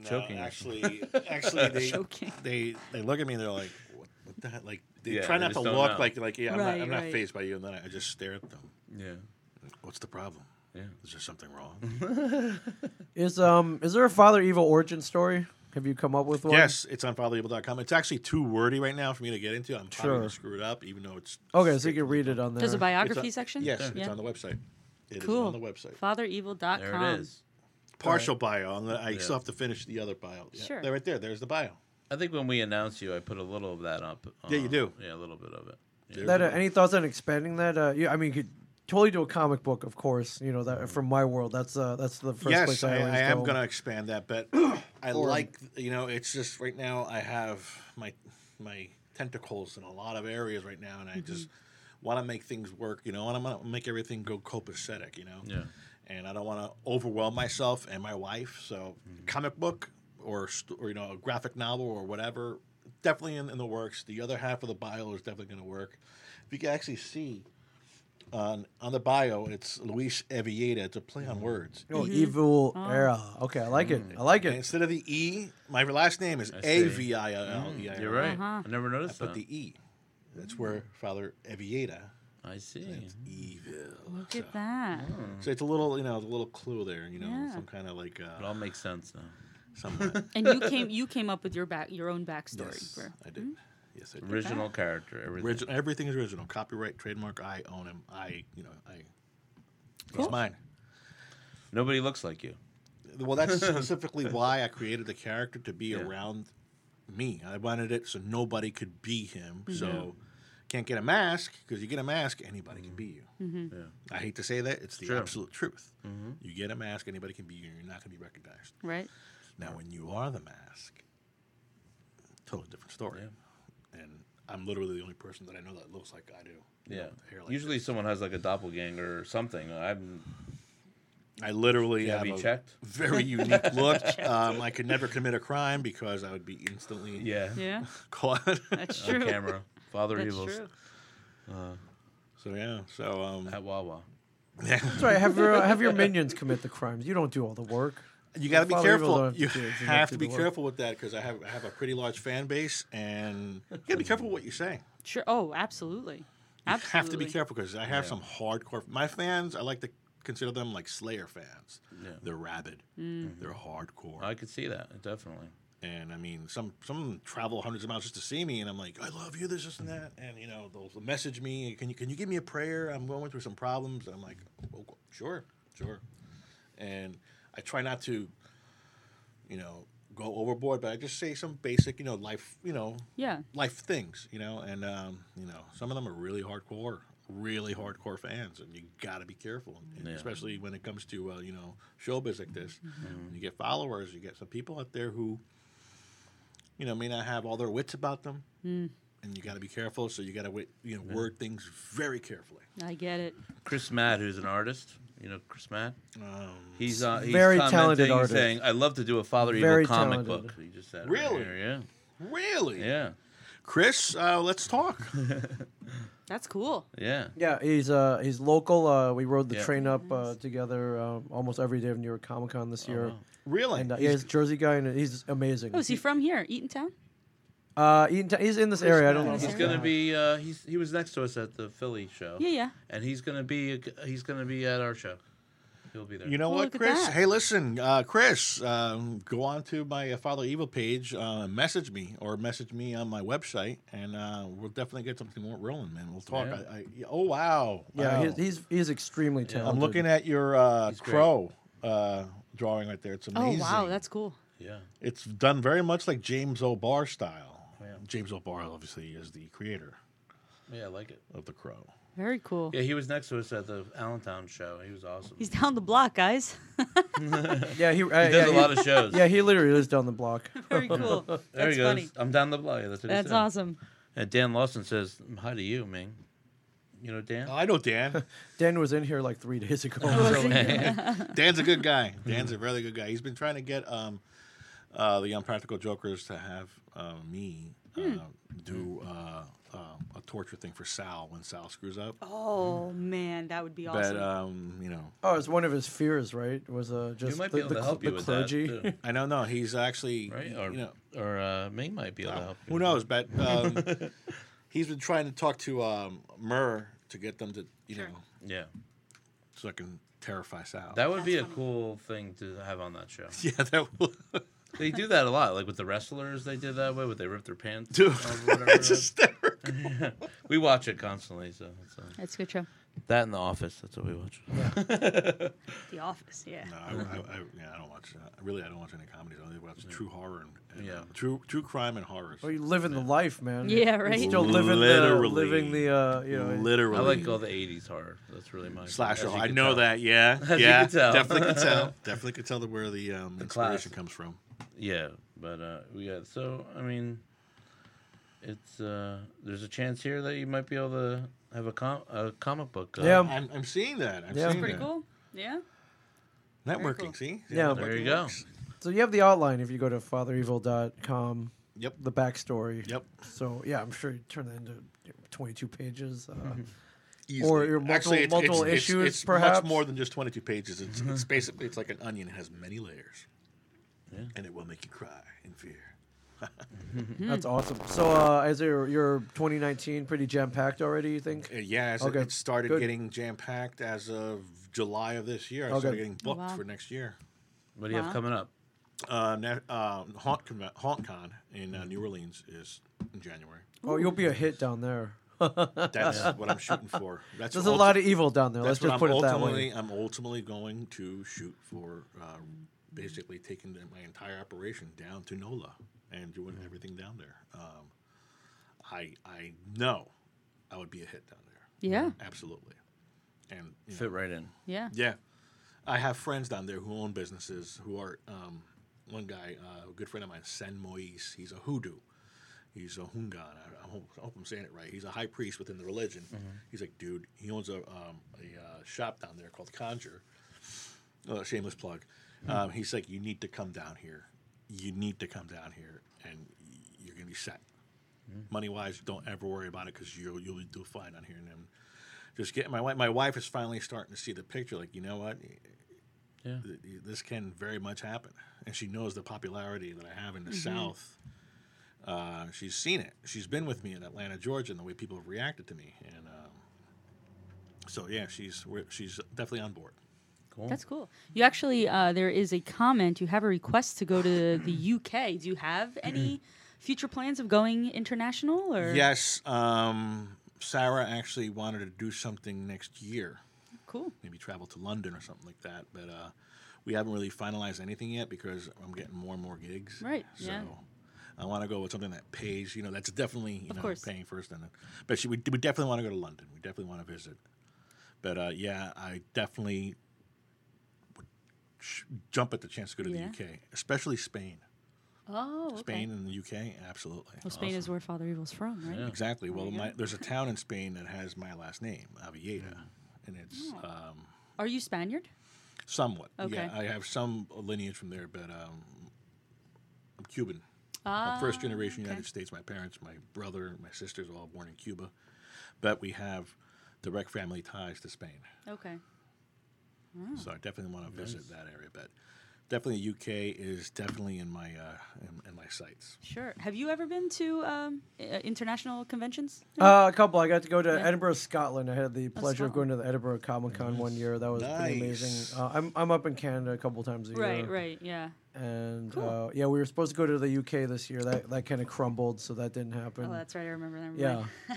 Speaker 2: choking.
Speaker 3: No,
Speaker 2: or something.
Speaker 3: actually,
Speaker 1: *laughs*
Speaker 3: actually, they,
Speaker 1: Choking.
Speaker 3: they they look at me and they're like, "What, what the heck?" Like they
Speaker 2: Yeah,
Speaker 3: try
Speaker 2: they
Speaker 3: not to
Speaker 2: just don't
Speaker 3: look
Speaker 2: know.
Speaker 3: like like yeah, I'm
Speaker 1: Right,
Speaker 3: not I'm not
Speaker 1: right.
Speaker 3: phased by you, and then I just stare at them.
Speaker 2: yeah.
Speaker 3: What's the problem? Is there something wrong?
Speaker 1: *laughs*
Speaker 4: Is um is there a Father Evil origin story? Have you come up with one?
Speaker 3: Yes, it's on fatherable.com. It's actually too wordy right now for me to get into. I'm probably
Speaker 4: Sure.
Speaker 3: gonna screw it up, even though it's
Speaker 4: Okay, so
Speaker 3: straight
Speaker 4: you can
Speaker 3: from the-
Speaker 4: read it on there.
Speaker 1: There's a
Speaker 3: It's on-
Speaker 1: biography section.
Speaker 3: Yes,
Speaker 1: Yeah.
Speaker 3: it's on the website. It is
Speaker 1: Cool.
Speaker 3: on the website.
Speaker 1: Fatherevil.com.
Speaker 2: There it is.
Speaker 3: Partial bio. I'm gonna- I
Speaker 2: Yeah.
Speaker 3: still have to finish the other bio. Yeah,
Speaker 1: Sure.
Speaker 3: they're right there. There's the bio.
Speaker 2: I think when we announced you, I put a little of that up.
Speaker 3: Yeah, you
Speaker 2: uh,
Speaker 3: do.
Speaker 2: Yeah, a little bit of it.
Speaker 3: There
Speaker 4: that uh,
Speaker 3: we go.
Speaker 4: any thoughts on expanding that? Uh, yeah, I mean, you could totally do a comic book, of course. You know that from my world. That's uh, that's the first
Speaker 3: yes,
Speaker 4: place I,
Speaker 3: I,
Speaker 4: always
Speaker 3: I am
Speaker 4: go.
Speaker 3: going to expand that,
Speaker 4: *clears throat*
Speaker 3: but I like you know it's just right now I have my my tentacles in a lot of areas right now, and I
Speaker 4: Mm-hmm.
Speaker 3: just want to make things work, you know, and I'm going to make everything go copacetic, you know,
Speaker 2: Yeah.
Speaker 3: and I don't want to overwhelm myself and my wife. So comic book or st- or you know a graphic novel or whatever, definitely in, in the works. The other half of the bio is definitely going to work. If you can actually see. On, on the bio, it's Luis Evieta. It's a play on words.
Speaker 4: Oh, Evil era. Okay, I like it. I like
Speaker 3: And
Speaker 4: it.
Speaker 3: instead of the E, my last name is
Speaker 2: see.
Speaker 3: A V I L L E I
Speaker 2: Yeah.
Speaker 3: R.
Speaker 2: You're right. Mm.
Speaker 1: Uh-huh.
Speaker 2: I never noticed
Speaker 3: But
Speaker 2: that.
Speaker 3: the E, that's where Father Evieta.
Speaker 2: I see.
Speaker 3: Evil.
Speaker 1: Look at that.
Speaker 3: So it's a little, you know, a little clue there, you know,
Speaker 1: Yeah.
Speaker 3: some kind of like
Speaker 2: It
Speaker 3: uh,
Speaker 2: all makes sense now. *laughs*
Speaker 3: somewhat.
Speaker 1: And you came you came up with your back your own backstory.
Speaker 3: yes,
Speaker 1: for- Hmm?
Speaker 3: I did. Yes, I did.
Speaker 2: Original character. Everything.
Speaker 3: Origi- everything is original. Copyright, trademark. I own him. I, you know, I.
Speaker 1: Cool.
Speaker 3: It's mine.
Speaker 2: Nobody looks like you.
Speaker 3: Well,
Speaker 2: *laughs*
Speaker 3: that's specifically why I created the character to be around me. I wanted it so nobody could be him.
Speaker 2: Mm-hmm.
Speaker 3: So can't get a mask because you get a mask, anybody can be you.
Speaker 1: Mm.
Speaker 2: Yeah.
Speaker 3: I hate to say that; it's the
Speaker 2: Mm-hmm. True.
Speaker 3: absolute truth. You get a mask, anybody can be you, and you're not going to be recognized.
Speaker 1: Right?
Speaker 3: Now, when you are the mask, totally different story. And I'm literally the only person that I know that looks like I do. you know,
Speaker 2: Yeah.
Speaker 3: with hair like
Speaker 2: Usually someone has like a doppelganger or something. I'm.
Speaker 3: this. I literally
Speaker 2: Have
Speaker 3: have
Speaker 2: you
Speaker 3: a
Speaker 2: checked? *laughs*
Speaker 3: very unique look. um, I could never commit a crime because I would be instantly
Speaker 2: Yeah.
Speaker 3: *laughs*
Speaker 1: Yeah.
Speaker 3: caught.
Speaker 1: That's
Speaker 2: On
Speaker 1: true.
Speaker 2: camera. Father
Speaker 1: That's
Speaker 2: Evil's
Speaker 1: true.
Speaker 3: so yeah, so um, *laughs*
Speaker 2: at Wawa.
Speaker 4: That's right. Have your uh, have your minions commit the crimes. You don't do all the work.
Speaker 3: You got to be
Speaker 4: Father Evil
Speaker 3: careful.
Speaker 4: don't
Speaker 3: You
Speaker 4: have to do it. It's
Speaker 3: have
Speaker 4: enough
Speaker 3: to
Speaker 4: to
Speaker 3: be
Speaker 4: do the work.
Speaker 3: careful with that because I have I have a pretty large fan base, and you got to be careful what you say.
Speaker 1: Sure. Oh, absolutely.
Speaker 3: You
Speaker 1: Absolutely.
Speaker 3: have to be careful because I have some hardcore. My fans, I like to consider them like Slayer fans.
Speaker 2: Yeah.
Speaker 3: They're rabid. They're hardcore.
Speaker 2: I could see that definitely.
Speaker 3: and I mean, some some of them travel hundreds of miles just to see me, and I'm like, I love you. This, this, and that. And you know, they'll message me. Can you can you give me a prayer? I'm going through some problems. And I'm like, "Oh, oh, sure, sure. And I try not to, you know, go overboard, but I just say some basic, you know, life, you know,
Speaker 1: Yeah.
Speaker 3: life things, you know, and um, you know, some of them are really hardcore, really hardcore fans, and you got to be careful, and
Speaker 2: Yeah.
Speaker 3: especially when it comes to uh, you know showbiz like this. When you get followers, you get some people out there who, you know, may not have all their wits about them, and you got to be careful. So you got to you know word things very carefully.
Speaker 1: I get it.
Speaker 2: Chris Matt, who's an artist, you know Chris Matt.
Speaker 3: Um,
Speaker 2: He's uh, he's
Speaker 4: Very
Speaker 2: commenting,
Speaker 4: talented artist.
Speaker 2: saying, "I'd love to do a Father
Speaker 4: Very
Speaker 2: Evil comic
Speaker 4: talented.
Speaker 2: book." He just said, right
Speaker 3: Really?
Speaker 2: here,
Speaker 3: really,
Speaker 2: yeah, yeah,
Speaker 3: Chris, uh, let's talk.
Speaker 1: That's cool.
Speaker 2: yeah.
Speaker 4: Yeah, he's uh he's local. Uh, we rode the
Speaker 2: Yeah.
Speaker 4: train up uh, together uh, almost every day of New York Comic Con this year.
Speaker 3: really,
Speaker 4: And uh, yeah, he's a Jersey guy, and he's amazing.
Speaker 1: Oh, is he from here? Eatontown?
Speaker 4: Uh, he- he's in this area. I don't
Speaker 3: Matt.
Speaker 4: know.
Speaker 3: He's
Speaker 2: He's gonna be. Uh, he's he was next to us at the Philly show.
Speaker 1: Yeah, yeah.
Speaker 2: And he's gonna be. a g- he's gonna be at our show. He'll be there.
Speaker 3: You know
Speaker 1: Well,
Speaker 3: what,
Speaker 1: look at
Speaker 3: Chris?
Speaker 1: that.
Speaker 3: Hey, listen, uh, Chris, um, go on to my uh, Father Evil page, uh, message me, or message me on my website, and uh, we'll definitely get something more rolling, man. We'll talk.
Speaker 2: Yeah.
Speaker 3: I, I, oh, wow.
Speaker 4: Yeah,
Speaker 3: Wow.
Speaker 4: he's, he's he's extremely talented.
Speaker 3: I'm looking at your uh,
Speaker 2: He's great.
Speaker 3: crow uh, drawing right there. It's
Speaker 1: Oh,
Speaker 3: amazing.
Speaker 1: wow. That's cool.
Speaker 2: yeah.
Speaker 3: It's done very much like James O'Barr style.
Speaker 2: Yeah.
Speaker 3: James O'Barr, obviously, is the creator
Speaker 2: Yeah, I like it.
Speaker 3: of the crow.
Speaker 1: Very cool.
Speaker 2: Yeah, he was next to us at the Allentown show. He was awesome.
Speaker 1: He's down the block, guys. *laughs*
Speaker 4: Yeah, he,
Speaker 2: *laughs*
Speaker 4: uh,
Speaker 2: he does
Speaker 4: yeah,
Speaker 2: a
Speaker 4: he-
Speaker 2: lot of shows.
Speaker 4: *laughs* Yeah, he literally lives down
Speaker 2: *laughs*
Speaker 4: the block.
Speaker 1: Very cool. That's
Speaker 2: there he goes. Oh,
Speaker 1: funny.
Speaker 2: I'm down the block. Yeah, That's, what he
Speaker 1: That's
Speaker 2: said.
Speaker 1: awesome.
Speaker 2: And Dan Lawson says, "Hi to you, Ming." You know Dan.
Speaker 3: Oh, I know Dan.
Speaker 4: Dan was in here like three
Speaker 2: *laughs*
Speaker 4: days ago.
Speaker 1: Was he?
Speaker 3: Dan's a
Speaker 1: *laughs*
Speaker 3: good guy. Dan's a really good guy. He's been trying to get um, uh, the Unpractical Jokers to have uh, me uh,
Speaker 1: Hmm.
Speaker 3: do uh, um a torture thing for Sal when Sal screws up.
Speaker 1: Oh, man. That would be awesome.
Speaker 3: But um, you know,
Speaker 4: oh, it's one of his fears, right? Was uh,
Speaker 2: You
Speaker 4: just
Speaker 2: might
Speaker 4: the,
Speaker 2: be able
Speaker 4: the,
Speaker 2: to
Speaker 4: cl-
Speaker 2: help
Speaker 4: the
Speaker 2: you with
Speaker 4: clergy.
Speaker 2: that, too,
Speaker 3: I don't know. He's actually
Speaker 2: right?
Speaker 3: you
Speaker 2: Or
Speaker 3: know,
Speaker 2: or uh, Ming might be able to help. you.
Speaker 3: who knows? But um,
Speaker 2: *laughs*
Speaker 3: he's been trying to talk to um, Murr to get them to you know
Speaker 2: Yeah.
Speaker 3: so I can terrify Sal.
Speaker 2: That would
Speaker 1: That's
Speaker 2: be a
Speaker 1: funny.
Speaker 2: cool thing to have on that show.
Speaker 3: *laughs* yeah, that would.
Speaker 2: They do that a lot, like with the wrestlers. They did that way, where they rip their pants.
Speaker 3: Dude, *laughs*
Speaker 2: off or whatever.
Speaker 3: it's *laughs* hysterical.
Speaker 2: we watch it constantly, so it's, uh,
Speaker 1: That's a good show.
Speaker 2: that in the office. That's what we watch.
Speaker 1: The Office, yeah.
Speaker 3: No, I, I- I- yeah, I don't watch that. Really, I don't watch any comedies. I only watch true horror and, and,
Speaker 2: Mm. Yeah.
Speaker 3: uh, true true crime and horrors.
Speaker 4: *laughs* Well, you living the life, man.
Speaker 1: Yeah,
Speaker 4: You're
Speaker 1: right.
Speaker 4: Still living the
Speaker 3: Literally.
Speaker 4: living the uh, you know.
Speaker 3: Literally,
Speaker 2: I like all the '80s horror. That's really my
Speaker 3: slasher.
Speaker 2: as you
Speaker 3: I
Speaker 2: can
Speaker 3: know
Speaker 2: tell.
Speaker 3: that. Yeah,
Speaker 2: *laughs* As you
Speaker 3: yeah.
Speaker 2: can tell.
Speaker 3: Definitely could
Speaker 2: *laughs*
Speaker 3: tell. Definitely could tell the- where the, um, inspiration
Speaker 2: class.
Speaker 3: comes from.
Speaker 2: Yeah, but uh, we got so I mean, it's uh, there's a chance here that you might be able to have a com- a comic book. Uh,
Speaker 4: Yeah.
Speaker 3: I'm, I'm seeing that. I'm
Speaker 4: Um, Yeah.
Speaker 3: seeing
Speaker 1: Pretty
Speaker 3: that.
Speaker 1: cool. Yeah.
Speaker 3: Networking.
Speaker 1: cool.
Speaker 3: See.
Speaker 4: Yeah.
Speaker 2: There you go.
Speaker 4: So you have the outline if you go to fatherevil.com,
Speaker 3: Yep.
Speaker 4: the backstory.
Speaker 3: Yep.
Speaker 4: So yeah, I'm sure you turn that into 22 pages. Uh,
Speaker 2: Mm-hmm.
Speaker 3: Easily.
Speaker 4: Or your multiple- multiple issues,
Speaker 3: It's, it's
Speaker 4: perhaps?
Speaker 3: much more than just 22 pages. It's, it's basically it's like an onion. It has many layers.
Speaker 2: Mm-hmm. Yeah.
Speaker 3: And it will make you cry in fear.
Speaker 4: That's
Speaker 1: Mm.
Speaker 4: awesome. So uh, is your your 2019 pretty jam packed already? You think?
Speaker 3: Uh, yeah, as it-
Speaker 4: Okay,
Speaker 3: it started
Speaker 4: good.
Speaker 3: getting jam packed as of July of this year. I
Speaker 4: Okay.
Speaker 3: started getting booked
Speaker 1: wow.
Speaker 3: for next year.
Speaker 2: What do you have
Speaker 1: Wow.
Speaker 2: coming up?
Speaker 3: Uh, na- uh, Haunt, Conve- Haunt Con in uh, New Orleans is in January.
Speaker 4: Oh, you'll be a hit down there.
Speaker 3: That's what I'm shooting
Speaker 4: *laughs*
Speaker 3: for. That's
Speaker 4: There's
Speaker 3: what
Speaker 4: a
Speaker 3: ulti-
Speaker 4: lot of evil down there. Let's
Speaker 3: That's what
Speaker 4: just
Speaker 3: I'm
Speaker 4: put it that
Speaker 3: ultimately.
Speaker 4: way.
Speaker 3: I'm ultimately going to shoot for uh, basically taking the, my entire operation down to NOLA and doing
Speaker 4: Mm-hmm.
Speaker 3: everything down there. Um, I I know I would be a hit down there,
Speaker 1: Yeah.
Speaker 3: absolutely. And you know,
Speaker 2: Fit right in.
Speaker 1: Yeah.
Speaker 3: yeah, I have friends down there who own businesses who are. Um, one guy, uh, a good friend of mine, Sen Moise. He's a hoodoo. He's a hungan. I, I hope, I hope I'm saying it right. He's a high priest within the religion. He's like, dude. He owns a um, a uh, shop down there called Conjure. Uh, shameless plug. Um, he's like, you need to come down here. You need to come down here, and y- you're gonna be set. Money wise, don't ever worry about it because you'll you'll do fine on here. And then just get my wife. My wife is finally starting to see the picture. Like, you know what?
Speaker 2: Yeah.
Speaker 3: th- th- this can very much happen. And she knows the popularity that I have in the South. Uh, she's seen it. She's been with me in Atlanta, Georgia, and the way people have reacted to me. And um, so, yeah, she's we're- she's definitely on board.
Speaker 2: Cool.
Speaker 1: That's cool. You actually, uh, there is a comment. You have a request to go to the UK. Do you have any future plans of going international? Or
Speaker 3: Yes, um, Sarah actually wanted to do something next year.
Speaker 1: cool.
Speaker 3: maybe travel to London or something like that. But uh, we haven't really finalized anything yet because I'm getting more and more gigs.
Speaker 1: Right,
Speaker 3: So
Speaker 1: yeah.
Speaker 3: I want to go with something that pays. You know, that's definitely you
Speaker 1: Of
Speaker 3: know
Speaker 1: course.
Speaker 3: paying first, and then, but she, we we definitely want to go to London. We definitely want to visit. But uh, yeah, I definitely would sh- jump at the chance to go to
Speaker 1: Yeah.
Speaker 3: the UK, especially Spain.
Speaker 1: Oh, okay.
Speaker 3: Spain and the UK, absolutely.
Speaker 1: Well, Spain is where Father Evil's from, right?
Speaker 2: Yeah.
Speaker 3: Exactly. Well,
Speaker 1: you go.
Speaker 3: my, there's a town in Spain that has my last name, Avieda, and it's
Speaker 1: Oh.
Speaker 3: um,
Speaker 1: Are you Spaniard?
Speaker 3: Somewhat.
Speaker 1: Okay.
Speaker 3: Yeah, I have some lineage from there, but um, I'm Cuban.
Speaker 1: Ah,
Speaker 3: I'm first generation
Speaker 1: okay.
Speaker 3: United States. My parents, my brother, my sisters, all born in Cuba, but we have direct family ties to Spain.
Speaker 1: Ah, Okay. Mm.
Speaker 3: So I definitely want to visit that area. But definitely, UK is definitely in my uh, in, in my sights.
Speaker 1: Sure. Have you ever been to um, i- uh, international conventions?
Speaker 4: Uh, a couple. I got to go to Edinburgh, Scotland. I had the pleasure of going
Speaker 1: Scotland.
Speaker 4: to the Edinburgh Comic Con one year. That was pretty
Speaker 3: Nice.
Speaker 4: amazing. Uh, I'm I'm up in Canada a couple times a year.
Speaker 2: uh,
Speaker 1: Right, right, yeah.
Speaker 4: And
Speaker 1: Cool.
Speaker 4: uh, yeah, we were supposed to go to the UK this year. That that kind of crumbled, so that didn't happen.
Speaker 1: Oh, that's right. I remember that. *laughs*
Speaker 4: yeah,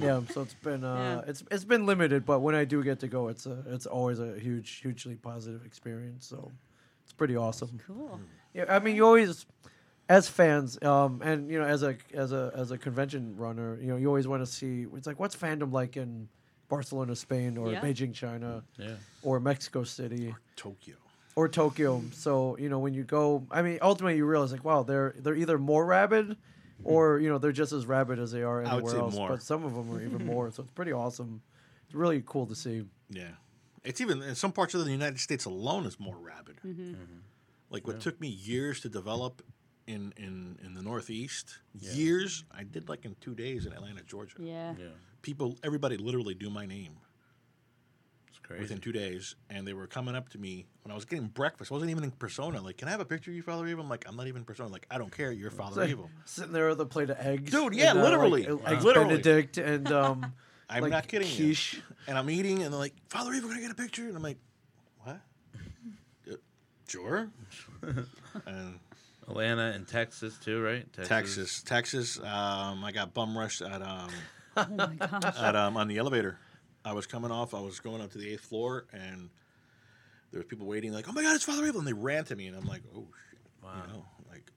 Speaker 4: yeah. So it's been uh,
Speaker 1: Yeah.
Speaker 4: it's it's been limited, but when I do get to go, it's a, it's always a huge, hugely positive experience. So it's pretty awesome.
Speaker 1: Cool.
Speaker 2: Hmm.
Speaker 4: Yeah, I mean, you always, as fans, um, and you know, as a as a as a convention runner, you know, you always want to see. It's like, what's fandom like in Barcelona, Spain, or
Speaker 1: Yeah.
Speaker 4: Beijing, China,
Speaker 2: Yeah.
Speaker 4: or Mexico City,
Speaker 3: Tokyo.
Speaker 4: or Tokyo. So you know, when you go, I mean, ultimately, you realize like, wow, they're they're either more rabid, or you know, they're just as rabid as they are
Speaker 3: Mm-hmm. I would
Speaker 4: anywhere
Speaker 3: say
Speaker 4: else.
Speaker 3: more.
Speaker 4: But some of them are even more. So it's pretty awesome. It's really cool to see.
Speaker 3: Yeah, it's even in some parts of the United States alone is more rabid. Like what took me years to develop in in in the Northeast, years I did like in two days in Atlanta, Georgia.
Speaker 1: Yeah.
Speaker 2: Yeah.
Speaker 3: People, everybody literally knew my name
Speaker 2: It's crazy.
Speaker 3: within two days, and they were coming up to me when I was getting breakfast. I wasn't even in persona. Like, can I have a picture of you, Father Evil? I'm like, I'm not even persona. Like, I don't care. You're Father Evil.
Speaker 4: *laughs* Sitting there with a plate of eggs,
Speaker 3: Dude, yeah,
Speaker 4: and, uh,
Speaker 3: literally.
Speaker 4: like,
Speaker 3: Wow.
Speaker 4: eggs
Speaker 3: Literally.
Speaker 4: Benedict and um,
Speaker 3: I'm
Speaker 4: like
Speaker 3: *laughs* not kidding
Speaker 4: quiche.
Speaker 3: you. And I'm eating, and they're like, Father Evil, can I get a picture? And I'm like, Sure. and
Speaker 2: Atlanta and Texas too, right?
Speaker 3: Texas, Texas. Um, I got bum rushed at um,
Speaker 1: *laughs* Oh my gosh.
Speaker 3: at um, on the elevator. I was coming off. I was going up to the eighth floor, and there was people waiting. Like, oh my god, it's Father Abel! And they ran to me, and I'm like, oh shit,
Speaker 2: Wow.
Speaker 3: you know, like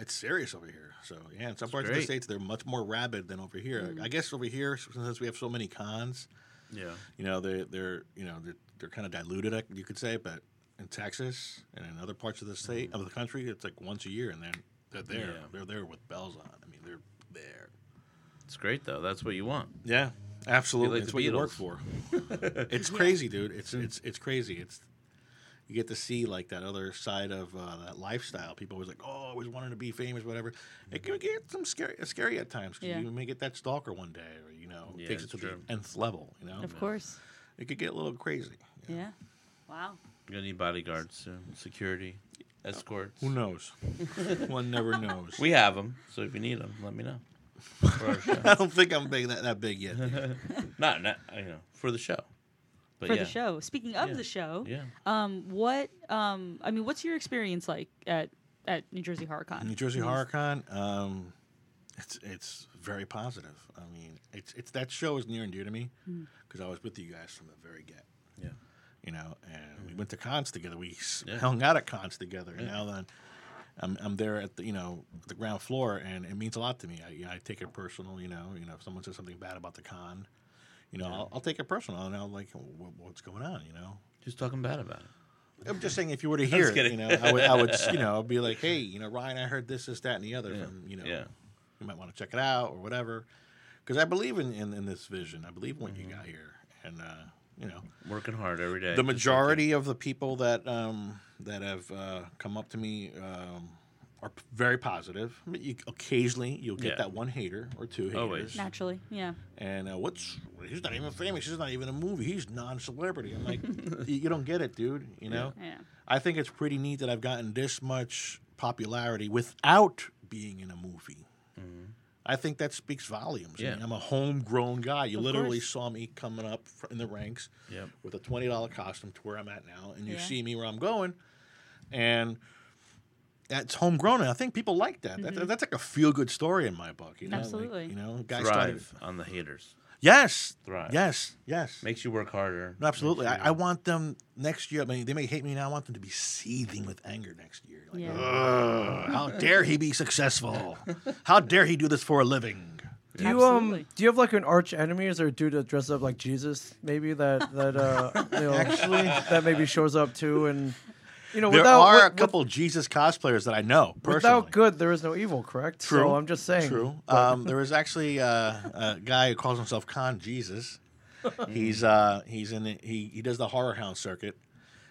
Speaker 3: it's serious over here. So yeah, in some parts of
Speaker 2: great.
Speaker 3: the states, they're much more rabid than over here.
Speaker 1: Mm.
Speaker 3: I guess over here, since we have so many cons,
Speaker 2: Yeah.
Speaker 3: you know, they they're you know they're, they're kind of diluted, I- you could say. But in Texas and in other parts of the state of the country, it's like once a year, and then they're there.
Speaker 2: Mm-hmm. Yeah.
Speaker 3: They're there with bells on. I mean, they're there.
Speaker 2: It's great though. That's what you want.
Speaker 3: Yeah, absolutely.
Speaker 2: You like
Speaker 3: it's
Speaker 2: the
Speaker 3: what you work
Speaker 2: Beatles.
Speaker 3: for.
Speaker 2: *laughs*
Speaker 3: it's crazy, dude. It's it's it's crazy. It's you get to see like that other side of uh, that lifestyle. People always like, oh, I always wanted to be famous, whatever. It can get some scary, scary at times. 'cause
Speaker 1: Yeah.
Speaker 3: You may get that stalker one day, or you know,
Speaker 2: Yeah,
Speaker 3: takes it
Speaker 2: it's
Speaker 3: to
Speaker 2: true.
Speaker 3: the nth level. You know,
Speaker 1: Of course.
Speaker 3: it could get a little crazy.
Speaker 1: Yeah. Wow.
Speaker 2: You're gonna need bodyguards soon, security, escorts.
Speaker 3: Who knows? one never knows. *laughs*
Speaker 2: We have them, so if you need them, let me know. For
Speaker 3: *laughs*
Speaker 2: our show.
Speaker 3: I don't think I'm big that, that big yet.
Speaker 2: not, not you know for the show, but
Speaker 1: For
Speaker 2: yeah.
Speaker 1: the show. Speaking of
Speaker 2: Yeah.
Speaker 1: the show,
Speaker 2: Yeah.
Speaker 1: um, what um, I mean, what's your experience like at at New Jersey HorrorCon?
Speaker 3: New Jersey
Speaker 1: These-
Speaker 3: HorrorCon, um, it's it's very positive. I mean, it's it's that show is near and dear to me because I was with you guys from the very get.
Speaker 2: Yeah.
Speaker 3: You know, and we went to cons together. We s
Speaker 2: Yeah.
Speaker 3: hung out at cons together, and now then. I'm, I'm there at the you know the ground floor and it means a lot to me. I, you know, I take it personal, you know. You know if someone says something bad about the con, you know I'll, I'll take it personal and I'm like, "Wha- what's going on? You know,
Speaker 2: Who's talking bad about it?
Speaker 3: I'm just saying, if
Speaker 2: *laughs*
Speaker 3: you were to hear, it, you
Speaker 2: kidding.
Speaker 3: know, I would, I would,
Speaker 2: *laughs*
Speaker 3: you know, be like, hey, you know, Ryan, I heard this, this, that, and the other from, you know,
Speaker 2: yeah.
Speaker 3: you might want to check it out or whatever, because I believe in, in in this vision. I believe in what
Speaker 2: Mm-hmm.
Speaker 3: you got here, and uh, you know,
Speaker 2: Working hard every day.
Speaker 3: the
Speaker 2: just like
Speaker 3: majority of the people that um, that have uh, come up to me um, are p- very positive. I mean, you, occasionally, you'll get
Speaker 2: Yeah.
Speaker 3: that one hater or two haters.
Speaker 2: Always.
Speaker 1: Naturally, yeah.
Speaker 3: And uh, what's he's not even famous. He's not even a movie. He's non-celebrity. I'm like, *laughs* y- you don't get it, dude. You know.
Speaker 1: Yeah.
Speaker 3: I think it's pretty neat that I've gotten this much popularity without being in a movie. I think that speaks volumes. I
Speaker 2: Mm-hmm. Yeah.
Speaker 3: mean, I'm a homegrown guy. You
Speaker 1: Of
Speaker 3: literally
Speaker 1: course.
Speaker 3: saw me coming up fr- in the ranks
Speaker 2: Yep.
Speaker 3: with a twenty dollar costume to where I'm at now, and you
Speaker 1: Yeah.
Speaker 3: see me where I'm going, and that's homegrown. And I think people like that. that that's like a feel good story in my book. You know? Like,
Speaker 1: Mm-hmm. Absolutely.
Speaker 3: you know, guys started.
Speaker 2: Thrive on the haters.
Speaker 3: Yes.
Speaker 2: Thrive.
Speaker 3: Yes. Yes.
Speaker 2: Makes you work harder.
Speaker 3: No, absolutely. I, I want them next year. I mean, they may hate me now. I want them to be seething with anger next year. Like,
Speaker 1: Yeah.
Speaker 3: "Ugh,
Speaker 4: *laughs*
Speaker 3: how dare he be successful? How dare he do this for a living?
Speaker 4: Do you
Speaker 1: Absolutely.
Speaker 4: um do you have like an arch enemy? Is there a dude that dresses up like Jesus? Maybe that
Speaker 3: *laughs*
Speaker 4: that uh you know,
Speaker 3: Actually-
Speaker 4: that maybe shows up too and you know
Speaker 3: There
Speaker 4: without
Speaker 3: are a
Speaker 4: with-
Speaker 3: couple Jesus cosplayers that I know personally.
Speaker 4: without good there is no evil, correct? So I'm just saying.
Speaker 3: True.
Speaker 4: *laughs*
Speaker 3: Um, there was actually uh, a guy who calls himself Con
Speaker 4: *laughs*
Speaker 3: Jesus. he's uh, he's in the, he he does the horror hound circuit,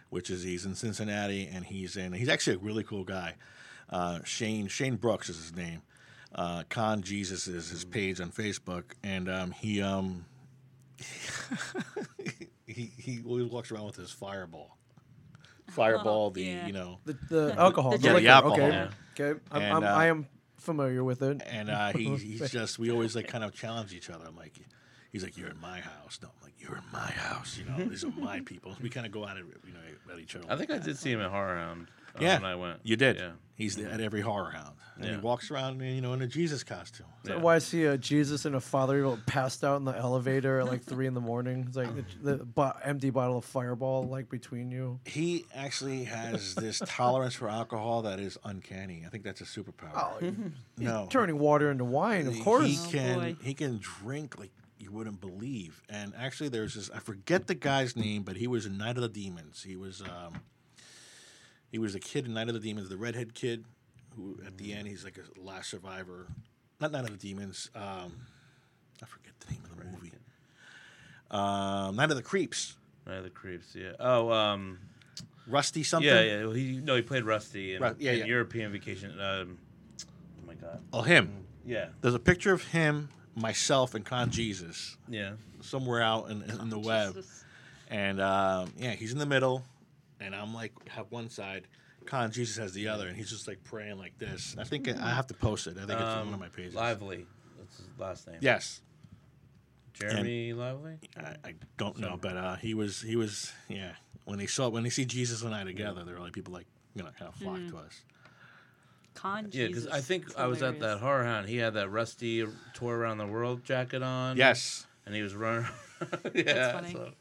Speaker 3: which is he's in Cincinnati and he's in he's actually a really cool guy. Uh, Shane Shane Brooks is his name. Uh, Con Jesus is
Speaker 4: Mm.
Speaker 3: his page on Facebook, and um, he um *laughs* he he always walks around with his
Speaker 4: *laughs*
Speaker 3: fireball, fireball the
Speaker 1: yeah.
Speaker 3: you know
Speaker 4: The, the alcohol.
Speaker 1: the
Speaker 4: the
Speaker 1: Yeah, the
Speaker 4: liquor,
Speaker 3: alcohol.
Speaker 4: Okay.
Speaker 3: Yeah.
Speaker 4: Okay. I'm,
Speaker 3: And,
Speaker 4: I'm,
Speaker 3: uh,
Speaker 4: I am familiar with it.
Speaker 3: and uh, he, he's just we always like kind of challenge each other. I'm like, he's like, you're in my house. No, I'm like, you're in my house. You know, these are my people. We kind of go at it, you know, at each other.
Speaker 2: I think I did see him at Horror Hound. uh,
Speaker 3: yeah,
Speaker 2: When I went.
Speaker 3: You did.
Speaker 2: Yeah. Mm-hmm.
Speaker 3: He's there at every horror hound, and he
Speaker 2: Yeah.
Speaker 3: walks around, you know, in a Jesus costume.
Speaker 4: Is that
Speaker 2: Yeah.
Speaker 4: why I see a Jesus and a father evil passed out in the elevator at like three in the morning? It's like the, the bo- empty bottle of Fireball like between
Speaker 1: *laughs*
Speaker 4: you.
Speaker 3: He actually has
Speaker 2: *laughs*
Speaker 3: this tolerance for alcohol that is uncanny. I think that's a superpower.
Speaker 4: Oh,
Speaker 3: no,
Speaker 4: Turning water into wine, of
Speaker 3: He
Speaker 4: course.
Speaker 1: Oh,
Speaker 3: can
Speaker 1: boy.
Speaker 3: he can drink like you wouldn't believe. And actually, there's this I forget the guy's name, but he was in Night of the Demons. He was um, he was a kid in Night of the Demons, the redhead kid, who at
Speaker 4: Mm.
Speaker 3: the end he's like a last survivor. Not Night of the Demons. Um, I forget the name of the movie. Um, Night of the Creeps.
Speaker 2: Night of the Creeps. Yeah. Oh. Um.
Speaker 3: Rusty something.
Speaker 2: Yeah. Yeah. Well, he no. He played Rusty in,
Speaker 3: Ru- yeah,
Speaker 2: in
Speaker 3: yeah.
Speaker 2: European Vacation. Um. Oh my God.
Speaker 3: Oh, him.
Speaker 2: Yeah.
Speaker 3: There's a picture of him, myself, and Con Jesus
Speaker 2: Yeah.
Speaker 3: somewhere out in, in the web.
Speaker 1: Jesus.
Speaker 3: And um, yeah, he's in the middle, and I'm like have one side. Con Jesus has the other, and he's just like praying like this. I think I have to post it. I think it's on one of my pages.
Speaker 2: Um, Lively. That's his last name.
Speaker 3: Yes,
Speaker 2: Jeremy Lively.
Speaker 3: I, I don't know, but uh, he was he was yeah. When they saw when they see Jesus and I together, they're like people like you know, kind of flocked to us.
Speaker 1: Con
Speaker 2: Yeah, because I
Speaker 1: Jesus.
Speaker 2: think
Speaker 1: It's
Speaker 2: I was at that
Speaker 1: hilarious.
Speaker 2: horror hound. He had that rusty tour around the world jacket on.
Speaker 3: Yes.
Speaker 2: and he was running. *laughs* yeah, that's
Speaker 1: funny.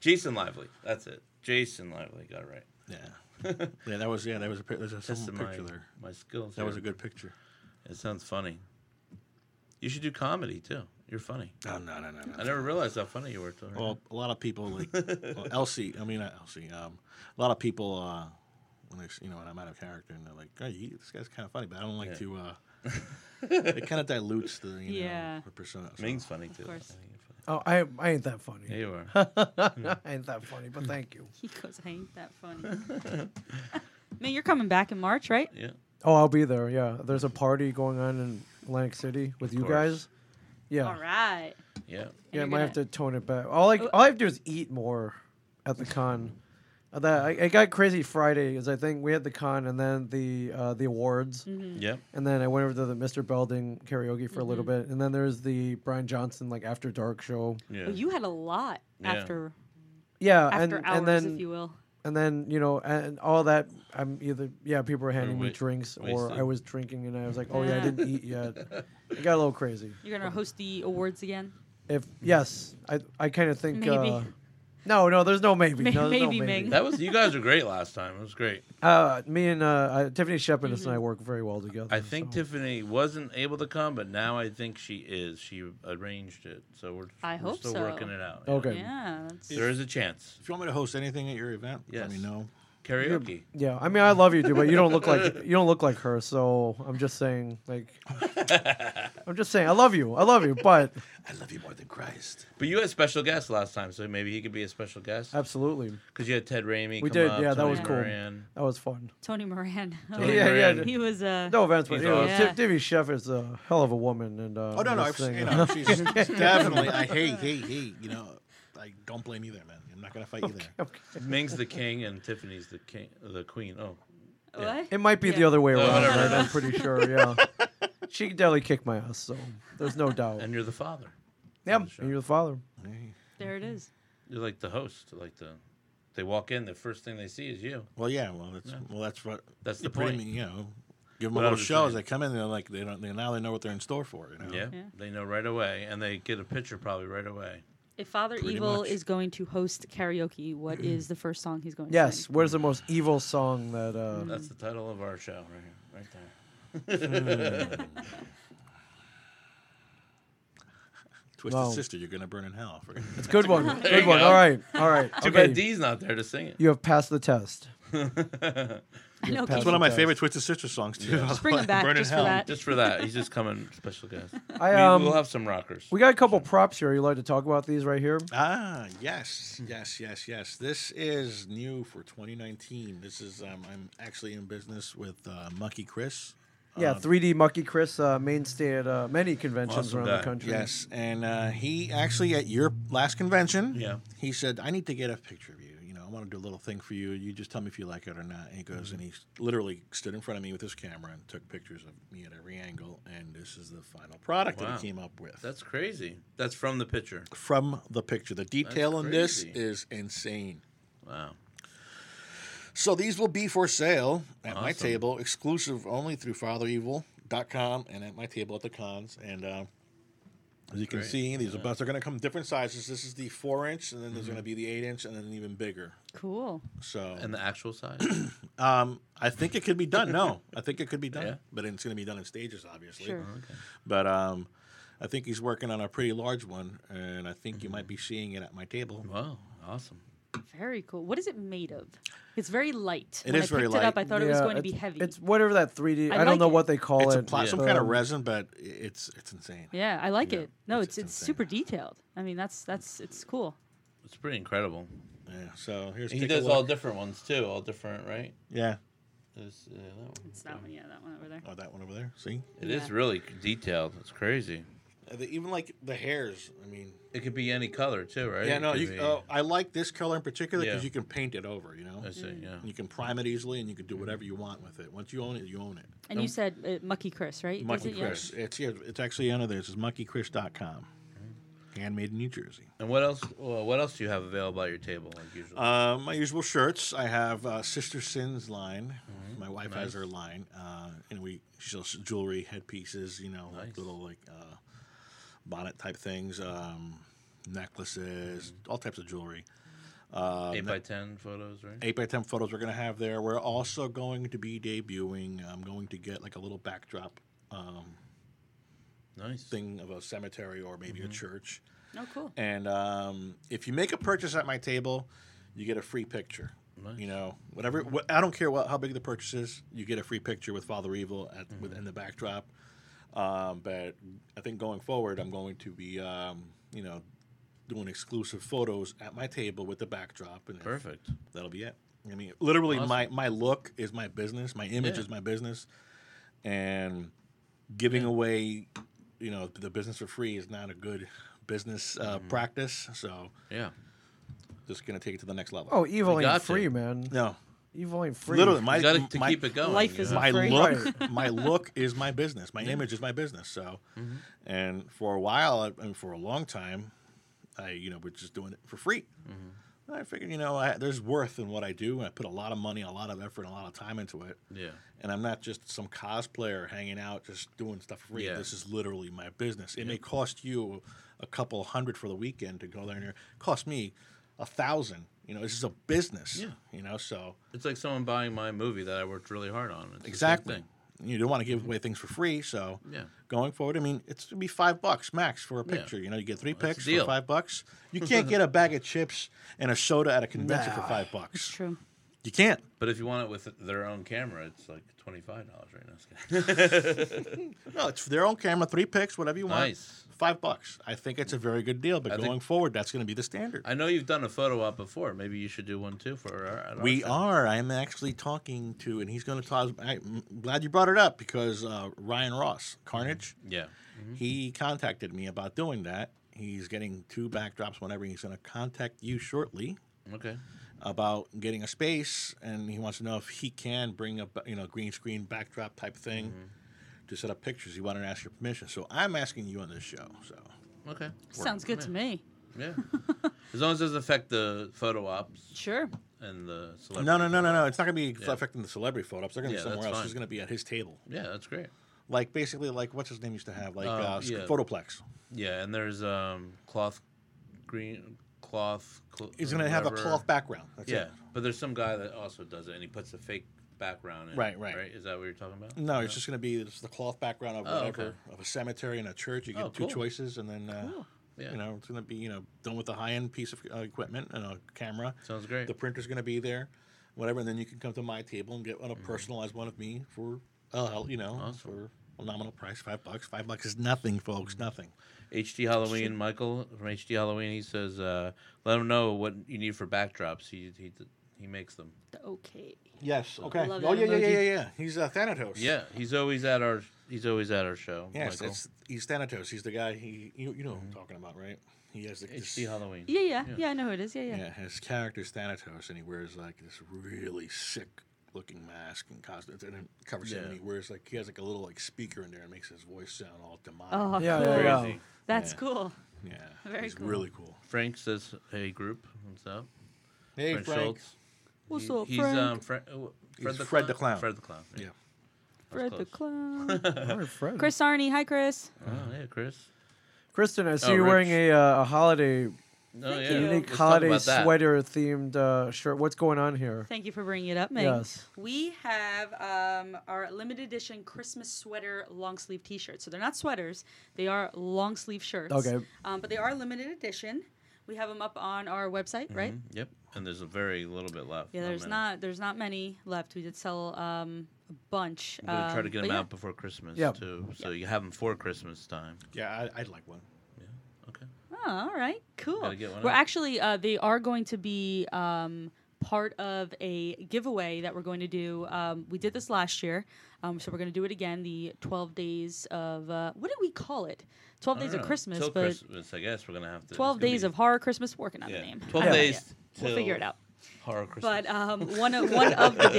Speaker 2: Jason Lively. That's it. Jason Lively. Got it right.
Speaker 3: Yeah. yeah, that was yeah, that was a pi- there's a
Speaker 2: That's
Speaker 3: some
Speaker 2: my
Speaker 3: picture there.
Speaker 2: my skills.
Speaker 3: That was a
Speaker 2: here.
Speaker 3: good picture.
Speaker 2: It sounds funny. You should do comedy too. You're funny.
Speaker 3: No, Oh, no, no, no. no.
Speaker 2: I never realized how funny you were. Till right
Speaker 3: Well, a lot of people like well, Elsie. I mean, not Elsie. Um, a lot of people uh, when they, s- you know when I'm out of character and they're like, oh, you, this guy's kind of funny, but I don't like
Speaker 2: Yeah.
Speaker 3: to. *laughs* Uh, it kind of dilutes the you
Speaker 1: Yeah.
Speaker 3: know the persona.
Speaker 2: now.
Speaker 3: so-
Speaker 2: Ming's funny too. I
Speaker 1: course.
Speaker 2: think you're funny.
Speaker 4: Oh, I, I ain't that funny.
Speaker 2: Yeah, you are.
Speaker 4: *laughs* I ain't that funny,
Speaker 1: *laughs*
Speaker 4: but thank you.
Speaker 1: He goes, I ain't that funny. *laughs* Man, you're coming back in March, right?
Speaker 2: yeah.
Speaker 4: Oh, I'll be there. Yeah, there's a party going on in Atlantic City with you
Speaker 2: course.
Speaker 4: guys. Yeah,
Speaker 1: All right.
Speaker 2: Yeah.
Speaker 4: yeah. I
Speaker 1: you're
Speaker 4: might have to
Speaker 1: gonna- Oh.
Speaker 4: tone it back. All I all I have to do is eat more at the con. Uh, That I, I got crazy Friday because I think we had the con and then the uh, the awards
Speaker 1: Mm-hmm. Mm.
Speaker 2: Yep.
Speaker 4: and then I went over to the Mr. Belding karaoke for a little
Speaker 1: Mm-hmm.
Speaker 4: bit and then there's the Brian Johnson like after dark show.
Speaker 2: Yeah.
Speaker 1: Well, you had a lot
Speaker 2: Yeah.
Speaker 1: after
Speaker 4: Yeah,
Speaker 1: after
Speaker 4: Uh, and
Speaker 1: hours,
Speaker 4: and then
Speaker 1: if you will.
Speaker 4: and then you know and all that i'm either yeah people were handing me
Speaker 2: wa-
Speaker 4: drinks or
Speaker 2: wasted.
Speaker 4: i was drinking and i was like oh yeah i
Speaker 1: Yeah. *laughs*
Speaker 4: didn't eat yet it got a little crazy
Speaker 1: You're gonna host the awards again.
Speaker 4: if yes i i kind of think
Speaker 1: Maybe.
Speaker 4: uh no no there's no maybe
Speaker 1: May-
Speaker 4: no, there's no
Speaker 1: maybe,
Speaker 4: maybe.
Speaker 1: Ming.
Speaker 2: That was. You guys were great last time. It was great.
Speaker 4: uh me and uh, uh tiffany shepard
Speaker 3: Mm-hmm.
Speaker 4: and i work very well together
Speaker 2: I think
Speaker 4: so.
Speaker 2: Tiffany wasn't able to come, but now I think she is. She arranged it, so we're,
Speaker 1: I
Speaker 2: we're
Speaker 1: hope
Speaker 2: still
Speaker 1: so.
Speaker 2: working it out.
Speaker 4: okay
Speaker 1: Yeah. That's,
Speaker 2: There is a chance.
Speaker 3: If you want me to host anything at your event, let me
Speaker 2: Yes.
Speaker 3: know.
Speaker 2: Karaoke.
Speaker 4: yeah i mean i love you dude but you don't look like you don't look like her so i'm just saying
Speaker 2: *laughs*
Speaker 4: like i'm just saying i love you i love you but
Speaker 3: I love you more than Christ.
Speaker 2: But you had special guests last time, so maybe he could be a special guest.
Speaker 4: absolutely
Speaker 2: Because you had Ted Raimi.
Speaker 4: Uh, We
Speaker 2: come
Speaker 4: did,
Speaker 2: up,
Speaker 4: yeah, that
Speaker 2: Tony
Speaker 4: was cool.
Speaker 2: Moran.
Speaker 4: that was fun
Speaker 1: Tony Moran.
Speaker 2: Tony
Speaker 4: Yeah, yeah,
Speaker 2: Moran.
Speaker 1: *laughs* he was uh,
Speaker 4: No offense, but
Speaker 2: He's
Speaker 4: you know,
Speaker 1: awesome.
Speaker 4: Ti- Tiffany Chef is a hell of a woman, and uh, *laughs*
Speaker 3: Oh no, no,
Speaker 4: this
Speaker 3: I've,
Speaker 4: thing-
Speaker 3: you know, she's definitely. I hate, hate, hate. You know, I don't blame you there, man. I'm not gonna fight you there.
Speaker 2: Ming's the king and Tiffany's the king, the queen. Oh,
Speaker 1: what?
Speaker 4: it might be the
Speaker 1: Yeah.
Speaker 4: other way
Speaker 2: Oh,
Speaker 4: around.
Speaker 2: whatever.
Speaker 4: right? I'm pretty sure.
Speaker 2: *laughs*
Speaker 4: Yeah, she could definitely kick my ass, so there's no doubt.
Speaker 2: and you're the father.
Speaker 4: yep, and you're the father.
Speaker 1: There it is.
Speaker 2: You're like the host. Like the, they walk in. The first thing they see is you.
Speaker 3: Well, yeah, well, that's well, that's what
Speaker 2: That's the
Speaker 3: you pretty
Speaker 2: point.
Speaker 3: mean, you know, give them
Speaker 2: But
Speaker 3: a little
Speaker 2: I was just
Speaker 3: show as
Speaker 2: saying-
Speaker 3: they come in. They're like, they don't. They, now they know what they're in store for. You know?
Speaker 2: Yeah,
Speaker 1: Yeah.
Speaker 2: They know right away, and they get a picture probably right away.
Speaker 1: If Father
Speaker 3: Pretty
Speaker 1: Evil
Speaker 3: much.
Speaker 1: is going to host karaoke, what is the first song he's going to
Speaker 4: Yes,
Speaker 1: sing?
Speaker 4: what is the most evil song that? Uh,
Speaker 2: That's the title of our show right here, right there.
Speaker 3: Twisted
Speaker 4: Wow.
Speaker 3: Sister, you're gonna burn in
Speaker 2: *laughs*
Speaker 3: hell. For
Speaker 4: it's a good one.
Speaker 2: you
Speaker 4: Good one.
Speaker 2: go.
Speaker 4: All right. All right.
Speaker 2: *laughs* Too
Speaker 4: okay.
Speaker 2: bad D's not there to sing it.
Speaker 4: you have passed
Speaker 2: *laughs*
Speaker 4: the test.
Speaker 1: I *laughs* know.
Speaker 4: That's
Speaker 3: it's
Speaker 1: Keith.
Speaker 3: one of my
Speaker 4: Yes.
Speaker 3: favorite Twisted Sister songs too. *laughs*
Speaker 1: Just bring 'em back
Speaker 3: burn
Speaker 1: just
Speaker 3: in
Speaker 1: for
Speaker 3: hell.
Speaker 1: that.
Speaker 2: Just for that, he's just coming
Speaker 1: *laughs*
Speaker 2: special guest.
Speaker 4: I
Speaker 2: We,
Speaker 4: um, we,
Speaker 2: will have some rockers.
Speaker 4: got a couple props here. You like to talk about these right here?
Speaker 3: Ah, yes,
Speaker 2: Hmm.
Speaker 3: yes, yes, yes. This is new for 2019. This is um, I'm actually in business with uh, Monkey Chris.
Speaker 4: Yeah,
Speaker 3: Um,
Speaker 4: 3D Mucky Chris, uh, mainstay at uh, many conventions
Speaker 2: Awesome
Speaker 4: around
Speaker 2: guy.
Speaker 4: the country.
Speaker 3: Yes, and uh, he actually at your last convention,
Speaker 2: Yeah.
Speaker 3: he said, "I need to get a picture of you. You know, I want to do a little thing for you. You just tell me if you like it or not." And he
Speaker 2: Mm-hmm.
Speaker 3: goes, and he s- literally stood in front of me with his camera and took pictures of me at every angle. And this is the final product
Speaker 2: Wow.
Speaker 3: that he came up with.
Speaker 2: That's crazy. That's from the picture.
Speaker 3: from the picture. The detail in this
Speaker 2: crazy.
Speaker 3: is insane.
Speaker 2: Wow.
Speaker 3: So these will be for sale at my
Speaker 2: Awesome.
Speaker 3: table, exclusive only through FatherEvil.com and at my table at the cons. And uh, as you can
Speaker 2: Great.
Speaker 3: see, these are busts are going to come different sizes. This is the four inch, and then there's
Speaker 2: Mm-hmm.
Speaker 3: going to be the eight inch, and then even bigger.
Speaker 1: Cool.
Speaker 3: So
Speaker 2: And the actual *clears throat* size.
Speaker 3: um, I think it could be done. No, I think it could be done,
Speaker 2: *laughs* Yeah.
Speaker 3: but it's going to be done in stages, obviously.
Speaker 1: Sure.
Speaker 3: But um, I think he's working on a pretty large one, and I think you
Speaker 2: Mm-hmm.
Speaker 3: might be seeing it at my table.
Speaker 2: wow. Awesome.
Speaker 1: Very cool. What is it made of? It's very light.
Speaker 3: It
Speaker 1: when
Speaker 3: is
Speaker 1: I
Speaker 3: very
Speaker 1: picked
Speaker 3: light.
Speaker 1: It up, I thought it was
Speaker 4: Yeah,
Speaker 1: going to
Speaker 4: it's-
Speaker 1: be heavy.
Speaker 4: It's whatever that 3D. I,
Speaker 1: I
Speaker 4: don't
Speaker 1: like
Speaker 4: know
Speaker 1: it.
Speaker 4: what they call
Speaker 3: It's
Speaker 4: it.
Speaker 3: a pla- some
Speaker 4: but,
Speaker 3: kind of
Speaker 4: um,
Speaker 3: resin, but i- it's it's insane.
Speaker 1: yeah, I like
Speaker 3: Yeah,
Speaker 1: it. No, it's
Speaker 3: it's- it's
Speaker 1: it's,
Speaker 3: insane.
Speaker 1: super detailed. I mean, that's that's it's cool.
Speaker 2: It's pretty incredible.
Speaker 3: Yeah, so here's
Speaker 2: He
Speaker 3: take a
Speaker 2: does all
Speaker 3: look.
Speaker 2: different ones too. All different, right?
Speaker 3: yeah.
Speaker 2: It's, uh, that one.
Speaker 1: It's that one, yeah, that one over there.
Speaker 3: Oh, that one over there. See,
Speaker 2: It is
Speaker 1: Yeah.
Speaker 2: really detailed. It's crazy.
Speaker 3: even like Uh, the hairs. I mean,
Speaker 2: It could be any color too, right?
Speaker 3: yeah,
Speaker 2: It
Speaker 3: no,
Speaker 2: could
Speaker 3: you.
Speaker 2: be-
Speaker 3: Uh, I like this color in particular because
Speaker 2: Yeah.
Speaker 3: you can paint it over. You know,
Speaker 2: I
Speaker 1: Mm.
Speaker 2: see. Yeah.
Speaker 3: you can prime it easily, and you can do whatever you want with it. Once you own it, you own it.
Speaker 1: And you said uh, Um, Mucky Chris, right? Does
Speaker 3: Monkey
Speaker 1: it- yeah.
Speaker 3: Chris. It's yeah, it's actually under there. It's monkeykris.com. handmade in New Jersey.
Speaker 2: And what else? Well, what else do you have available at your table? Like usually,
Speaker 3: Uh, my usual shirts. I have uh, Sister Sin's line. My wife
Speaker 2: Mm-hmm. Nice.
Speaker 3: has her line, uh, and we she sells jewelry, headpieces. You know, like
Speaker 2: Nice.
Speaker 3: little like uh, bonnet type things, um, necklaces,
Speaker 2: Mm-hmm.
Speaker 3: all types of jewelry. Um,
Speaker 2: eight by ten photos, right?
Speaker 3: eight by ten photos we're gonna have there. We're also going to be debuting. I'm going to get like a little backdrop um,
Speaker 2: Nice.
Speaker 3: thing of a cemetery or maybe
Speaker 2: Mm-hmm.
Speaker 3: a church.
Speaker 1: Oh, cool.
Speaker 3: And um, if you make a purchase at my table, you get a free picture.
Speaker 2: Nice.
Speaker 3: You know, whatever. Wh- I don't care what how big the purchase is. You get a free picture with Father Evil at
Speaker 2: Mm-hmm.
Speaker 3: within the backdrop. Um, but I think going forward, I'm going to be, um, you know, doing exclusive photos at my table with the backdrop. And if-
Speaker 2: Perfect.
Speaker 3: that'll be it. I mean, literally,
Speaker 2: Awesome.
Speaker 3: my my look is my business. My image
Speaker 2: Yeah.
Speaker 3: is my business, and giving away, you know, the business for free is not a good business uh,
Speaker 2: Mm-hmm.
Speaker 3: practice. So,
Speaker 2: Yeah.
Speaker 3: just gonna take it to the next level.
Speaker 4: Oh, evil
Speaker 2: We
Speaker 4: ain't
Speaker 2: got to.
Speaker 4: free, man.
Speaker 3: no,
Speaker 4: Evil ain't free.
Speaker 3: literally, my
Speaker 2: you got to
Speaker 3: my,
Speaker 2: keep it going.
Speaker 1: Life
Speaker 2: you
Speaker 1: is
Speaker 2: know?
Speaker 1: a-
Speaker 3: my
Speaker 1: Free.
Speaker 3: look my look is my business my image is my business so
Speaker 2: Mm-hmm.
Speaker 3: and for a while I- and for a long time i you know we're just doing it for free
Speaker 2: Mm-hmm.
Speaker 3: i figured you know I, there's worth in what i do and i put a lot of money a lot of effort and a lot of time into it
Speaker 2: yeah.
Speaker 3: and i'm not just some cosplayer hanging out just doing stuff for free
Speaker 2: Yeah.
Speaker 3: this is literally my business it may cost you a couple hundred for the weekend to go there and it cost me a thousand you know this is a business
Speaker 2: Yeah.
Speaker 3: you know so
Speaker 2: It's like someone buying my movie that I worked really hard on. It's the same
Speaker 3: Exactly.
Speaker 2: thing.
Speaker 3: You don't want to give away things for free, so
Speaker 2: Yeah.
Speaker 3: going forward, I mean, it's gonna be five bucks max for a picture. You know, you get three
Speaker 2: that's
Speaker 3: pics
Speaker 2: the deal.
Speaker 3: for five bucks. You
Speaker 2: *laughs*
Speaker 3: can't get a bag of chips and a soda at a convention for five
Speaker 1: It's
Speaker 3: bucks.
Speaker 1: true.
Speaker 3: You can't.
Speaker 2: But if you want it with their own camera, it's like twenty five dollars right now. Just
Speaker 3: *laughs*
Speaker 2: kidding.
Speaker 3: No, it's their own camera, three pics, whatever you want.
Speaker 2: Nice.
Speaker 3: Five bucks. I think it's a very good deal, but
Speaker 2: I think-
Speaker 3: going forward, that's going to be the standard.
Speaker 2: I know you've done a photo op before. Maybe you should do one too for our. at our
Speaker 3: we
Speaker 2: show.
Speaker 3: are. I'm actually talking to, and he's going to talk. I'm glad you brought it up because uh, Ryan Ross, Carnage.
Speaker 2: Yeah.
Speaker 3: He contacted me about doing that. He's getting two backdrops whenever he's going to contact you shortly
Speaker 2: Okay.
Speaker 3: about getting a space, and he wants to know if he can bring a ba- you know green screen backdrop type thing
Speaker 2: Mm-hmm.
Speaker 3: to set up pictures. He wanted to ask your permission, so I'm asking you on this show. So
Speaker 2: Okay.
Speaker 1: Sounds good to me.
Speaker 2: Yeah. as long as it doesn't affect the photo ops
Speaker 1: Sure.
Speaker 2: and the celebrity.
Speaker 3: no, no, no, no, no. It's not going to be
Speaker 2: Yeah.
Speaker 3: affecting the celebrity photo ups. They're going to
Speaker 2: Yeah,
Speaker 3: be somewhere
Speaker 2: that's
Speaker 3: else.
Speaker 2: fine.
Speaker 3: It's going to be at his table,
Speaker 2: Yeah, that's great.
Speaker 3: like basically like what's his name used to have like
Speaker 2: Uh,
Speaker 3: uh,
Speaker 2: yeah.
Speaker 3: Photoplex.
Speaker 2: Yeah, and there's um cloth green cloth. Cl-
Speaker 3: He's going to have a
Speaker 2: whatever.
Speaker 3: cloth background. That's
Speaker 2: Yeah,
Speaker 3: it.
Speaker 2: but there's some guy that also does it, and he puts a fake background in.
Speaker 3: Right, right.
Speaker 2: Right. Is that what you're talking about?
Speaker 3: No, it's just going to be just the cloth background of
Speaker 2: Oh, okay.
Speaker 3: whatever of a cemetery and a church. You get
Speaker 2: Oh,
Speaker 3: two
Speaker 2: cool.
Speaker 3: choices, and then uh,
Speaker 2: Yeah.
Speaker 3: you know it's going to be you know done with a high end piece of uh, equipment and a camera.
Speaker 2: Sounds great.
Speaker 3: The printer's going to be there, whatever, and then you can come to my table and get one a personalized one of me for uh, you know
Speaker 2: Mm-hmm. Awesome. Mm.
Speaker 3: for a nominal price, five bucks. Five bucks is nothing, folks, nothing.
Speaker 2: HD Halloween, Michael from HD Halloween, he says, uh, "Let him know what you need for backdrops. He he he makes them.
Speaker 1: Okay.
Speaker 3: Yes. Okay.
Speaker 1: love
Speaker 3: Oh
Speaker 1: that
Speaker 3: yeah, yeah, yeah,
Speaker 1: emoji.
Speaker 3: yeah, yeah. He's uh, Thanatos.
Speaker 2: Yeah, he's always at our he's always at our show.
Speaker 3: Yes,
Speaker 2: Michael. Mm-hmm.
Speaker 3: it's, he's Thanatos. He's the guy. He you, you know who I'm talking about, right? He has the this-
Speaker 2: HD Halloween.
Speaker 1: Yeah, yeah, yeah. I know who it is. Yeah, yeah.
Speaker 3: Yeah, his character's Thanatos, and he wears like this really sick looking mask and costume. And it covers him,
Speaker 2: Yeah.
Speaker 3: and he wears like he has like a little like speaker in there and makes his voice sound all demonic.
Speaker 1: Oh,
Speaker 4: Yeah,
Speaker 1: cool.
Speaker 4: yeah, yeah.
Speaker 2: Crazy.
Speaker 1: That's
Speaker 3: Yeah.
Speaker 1: cool.
Speaker 3: Yeah,
Speaker 1: Very
Speaker 3: he's
Speaker 1: cool.
Speaker 3: really cool.
Speaker 2: Frank says, "Hey, group, what's up?"
Speaker 3: Hey,
Speaker 2: Fred
Speaker 3: Frank.
Speaker 2: Schultz.
Speaker 1: What's
Speaker 2: He-
Speaker 1: up,
Speaker 2: he's,
Speaker 1: Frank?
Speaker 2: Um, Fre- oh, Fred
Speaker 3: He's
Speaker 2: the
Speaker 3: Fred the Clown.
Speaker 2: Fred the Clown.
Speaker 3: Yeah,
Speaker 1: Fred the
Speaker 2: close.
Speaker 1: clown.
Speaker 4: All right, Fred.
Speaker 1: Chris Arney. Hi, Chris.
Speaker 2: Oh yeah, Chris.
Speaker 4: Kristen, I see
Speaker 2: Oh,
Speaker 4: you're
Speaker 2: Rich.
Speaker 4: wearing a, uh, a holiday
Speaker 2: No,
Speaker 1: Thank
Speaker 2: Oh, yeah.
Speaker 1: you.
Speaker 4: unique
Speaker 2: Let's talk
Speaker 4: holiday
Speaker 2: about that.
Speaker 4: sweater themed uh, shirt. What's going on here?
Speaker 1: Thank you for bringing it up, Meg.
Speaker 4: Yes.
Speaker 1: We have um, our limited edition Christmas sweater long sleeve t shirts. So they're not sweaters, they are long sleeve shirts.
Speaker 4: Okay.
Speaker 1: Um, but they are limited edition. We have them up on our website, right?
Speaker 2: Mhm, Yep. And there's a very little bit left.
Speaker 1: Yeah, there's
Speaker 2: many.
Speaker 1: not there's not many left. We did sell um, a bunch.
Speaker 2: We're gonna try to
Speaker 1: um,
Speaker 2: get
Speaker 1: but
Speaker 2: them
Speaker 1: yeah.
Speaker 2: out before Christmas
Speaker 4: Yeah.
Speaker 2: too, so you have them for Christmas time.
Speaker 3: yeah, I, I'd like one.
Speaker 2: Okay.
Speaker 1: Oh, all right, cool.
Speaker 2: Gotta get one
Speaker 1: We're
Speaker 2: up.
Speaker 1: actually uh, they are going to be um, part of a giveaway that we're going to do. Um, we did this last year, um, so we're going to do it again. The twelve days of uh, what did we call it? Twelve days of
Speaker 2: I
Speaker 4: Oh.
Speaker 2: don't know,
Speaker 1: Christmas,
Speaker 2: Till
Speaker 1: but
Speaker 2: Christmas, I guess we're gonna have to. it's
Speaker 1: twelve
Speaker 2: gonna
Speaker 1: days
Speaker 2: be-
Speaker 1: of horror Christmas. Working on
Speaker 2: yeah.
Speaker 1: the name.
Speaker 2: Twelve
Speaker 1: Yeah.
Speaker 2: days.
Speaker 1: We'll figure it
Speaker 2: till
Speaker 1: out.
Speaker 2: Horror Christmas.
Speaker 1: But um, one of one of *laughs*
Speaker 2: *laughs*
Speaker 1: the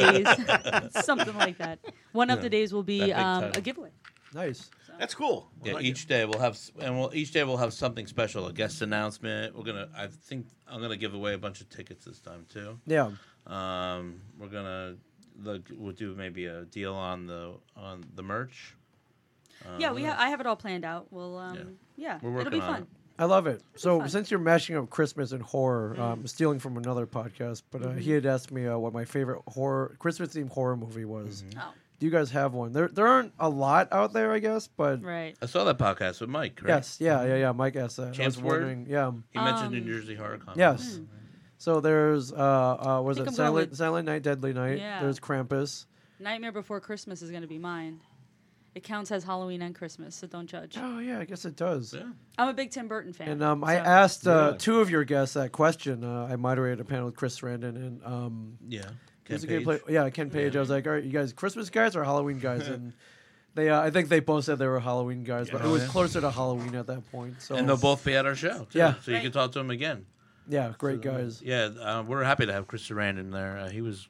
Speaker 1: days, something like that. One of the days will
Speaker 2: That
Speaker 1: be
Speaker 2: big
Speaker 1: um, a
Speaker 2: title.
Speaker 1: giveaway.
Speaker 4: Nice.
Speaker 1: So
Speaker 3: That's cool. I
Speaker 2: Yeah,
Speaker 3: like
Speaker 2: each
Speaker 3: it.
Speaker 2: day we'll have, s- and we'll each day we'll have something special, a guest announcement. We're gonna, I think, I'm gonna give away a bunch of tickets this time too.
Speaker 4: Yeah.
Speaker 2: Um, we're gonna look. We'll do maybe a deal on the on the merch.
Speaker 4: Um,
Speaker 1: yeah, we ha- I have it all planned out. We'll um, yeah,
Speaker 2: We're
Speaker 1: it'll be
Speaker 2: working on
Speaker 1: fun.
Speaker 2: it.
Speaker 4: I love it. So
Speaker 1: fun.
Speaker 4: since you're mashing up Christmas and horror, um, stealing from another podcast, but uh, he had asked me uh, what my favorite horror Christmas themed horror movie was.
Speaker 1: Oh,
Speaker 4: Do you guys have one? There, there aren't a lot out there, I guess, but
Speaker 1: right.
Speaker 2: I saw that podcast with Mike. Right?
Speaker 4: yes, yeah, yeah, yeah. Mike asked that. I was
Speaker 2: Chance Ward?
Speaker 4: wondering, yeah,
Speaker 2: he mentioned
Speaker 1: Um,
Speaker 2: New Jersey Horror Con.
Speaker 4: yes. So there's uh, uh was
Speaker 1: think
Speaker 4: it
Speaker 1: I'm going
Speaker 4: Silent
Speaker 1: with-
Speaker 4: Silent Night, Deadly Night?
Speaker 1: Yeah.
Speaker 4: There's Krampus.
Speaker 1: Nightmare Before Christmas is gonna be mine. It counts as Halloween and Christmas, so don't judge.
Speaker 4: Oh yeah, I guess it does.
Speaker 2: Yeah.
Speaker 1: I'm a big Tim Burton fan.
Speaker 4: And um, I
Speaker 1: so-
Speaker 4: asked uh,
Speaker 3: Really?
Speaker 4: two of your guests that question. Uh, I moderated a panel with Chris Randon and um,
Speaker 2: Yeah. Ken
Speaker 4: who's the good
Speaker 2: Page.
Speaker 4: play- yeah, Ken Page. I was like, all right, you guys, Christmas guys or Halloween guys? and they, uh, I think they both said they were Halloween guys, but it
Speaker 2: Yeah.
Speaker 4: was
Speaker 2: Yeah.
Speaker 4: closer to Halloween at that point. So
Speaker 2: And they'll both be at our show. too,
Speaker 4: Yeah.
Speaker 2: So you can talk to them again.
Speaker 4: yeah, great guys.
Speaker 2: Yeah, uh, we're happy to have Chris Sarandon there. Uh, he was,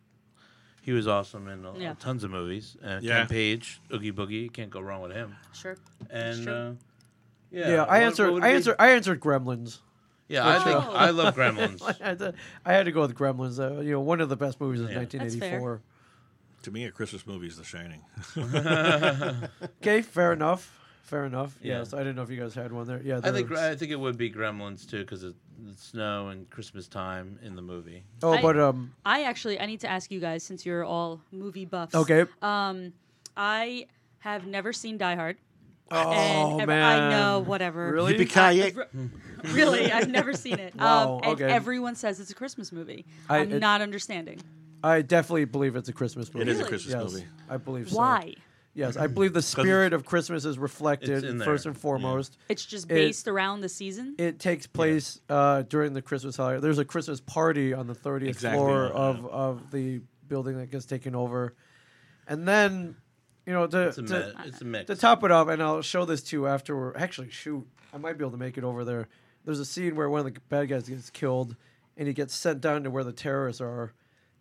Speaker 2: he was awesome in uh,
Speaker 1: Yeah.
Speaker 2: tons of movies. Uh,
Speaker 3: Yeah.
Speaker 2: Ken Page, Oogie Boogie, can't go wrong with him.
Speaker 1: sure.
Speaker 2: And
Speaker 1: true.
Speaker 2: uh, yeah,
Speaker 4: Yeah, I
Speaker 2: what-
Speaker 4: answered.
Speaker 2: what would it
Speaker 4: I
Speaker 2: be?
Speaker 4: answered. I answered Gremlins. *laughs*
Speaker 2: Yeah, I think
Speaker 1: Oh.
Speaker 2: I love Gremlins.
Speaker 4: I had to- I had to go with Gremlins. Uh, you know, one of the best movies of
Speaker 2: Yeah. That's fair.
Speaker 4: 1984.
Speaker 3: To me, a Christmas movie is The Shining.
Speaker 4: Okay, fair enough. Fair enough. Yeah.
Speaker 2: Yeah.
Speaker 4: so I didn't know if you guys had one there. Yeah,
Speaker 2: I think uh,
Speaker 4: there-
Speaker 2: I think it would be Gremlins too because it's snow and Christmas time in the movie.
Speaker 4: Oh,
Speaker 1: I-
Speaker 4: but um,
Speaker 1: I actually I need to ask you guys since you're all movie buffs.
Speaker 4: okay.
Speaker 1: Um, I have never seen Die Hard.
Speaker 4: Oh,
Speaker 1: and ever- I
Speaker 4: man.
Speaker 1: know whatever.
Speaker 4: Really?
Speaker 3: Yippee-ki-yay.
Speaker 1: Really, I've never seen
Speaker 4: *laughs*
Speaker 1: it.
Speaker 4: Wow,
Speaker 1: um, and
Speaker 4: okay.
Speaker 1: everyone says it's a Christmas movie.
Speaker 4: I-
Speaker 1: I, am
Speaker 4: it-
Speaker 1: not understanding
Speaker 4: I definitely believe it's a Christmas movie.
Speaker 3: It is a
Speaker 1: Really?
Speaker 3: Christmas
Speaker 4: yes,
Speaker 3: movie.
Speaker 4: I believe so.
Speaker 1: why.
Speaker 4: Yes, I believe the spirit of Christmas is
Speaker 2: It's
Speaker 4: reflected
Speaker 2: in
Speaker 4: first
Speaker 2: there,
Speaker 4: and foremost.
Speaker 1: It's just
Speaker 4: It-
Speaker 1: based around the season.
Speaker 4: It takes place uh, during the Christmas holiday. There's a Christmas party on the 30th
Speaker 3: Exactly,
Speaker 4: floor
Speaker 3: yeah.
Speaker 4: of, of the building that gets taken over. And then, you know, to,
Speaker 2: It's a,
Speaker 4: to,
Speaker 2: mi- it's a mix.
Speaker 4: to top it up, and I'll show this to you afterward. Actually, shoot, I might be able to make it over there. There's a scene where one of the bad guys gets killed, and he gets sent down to where the terrorists are,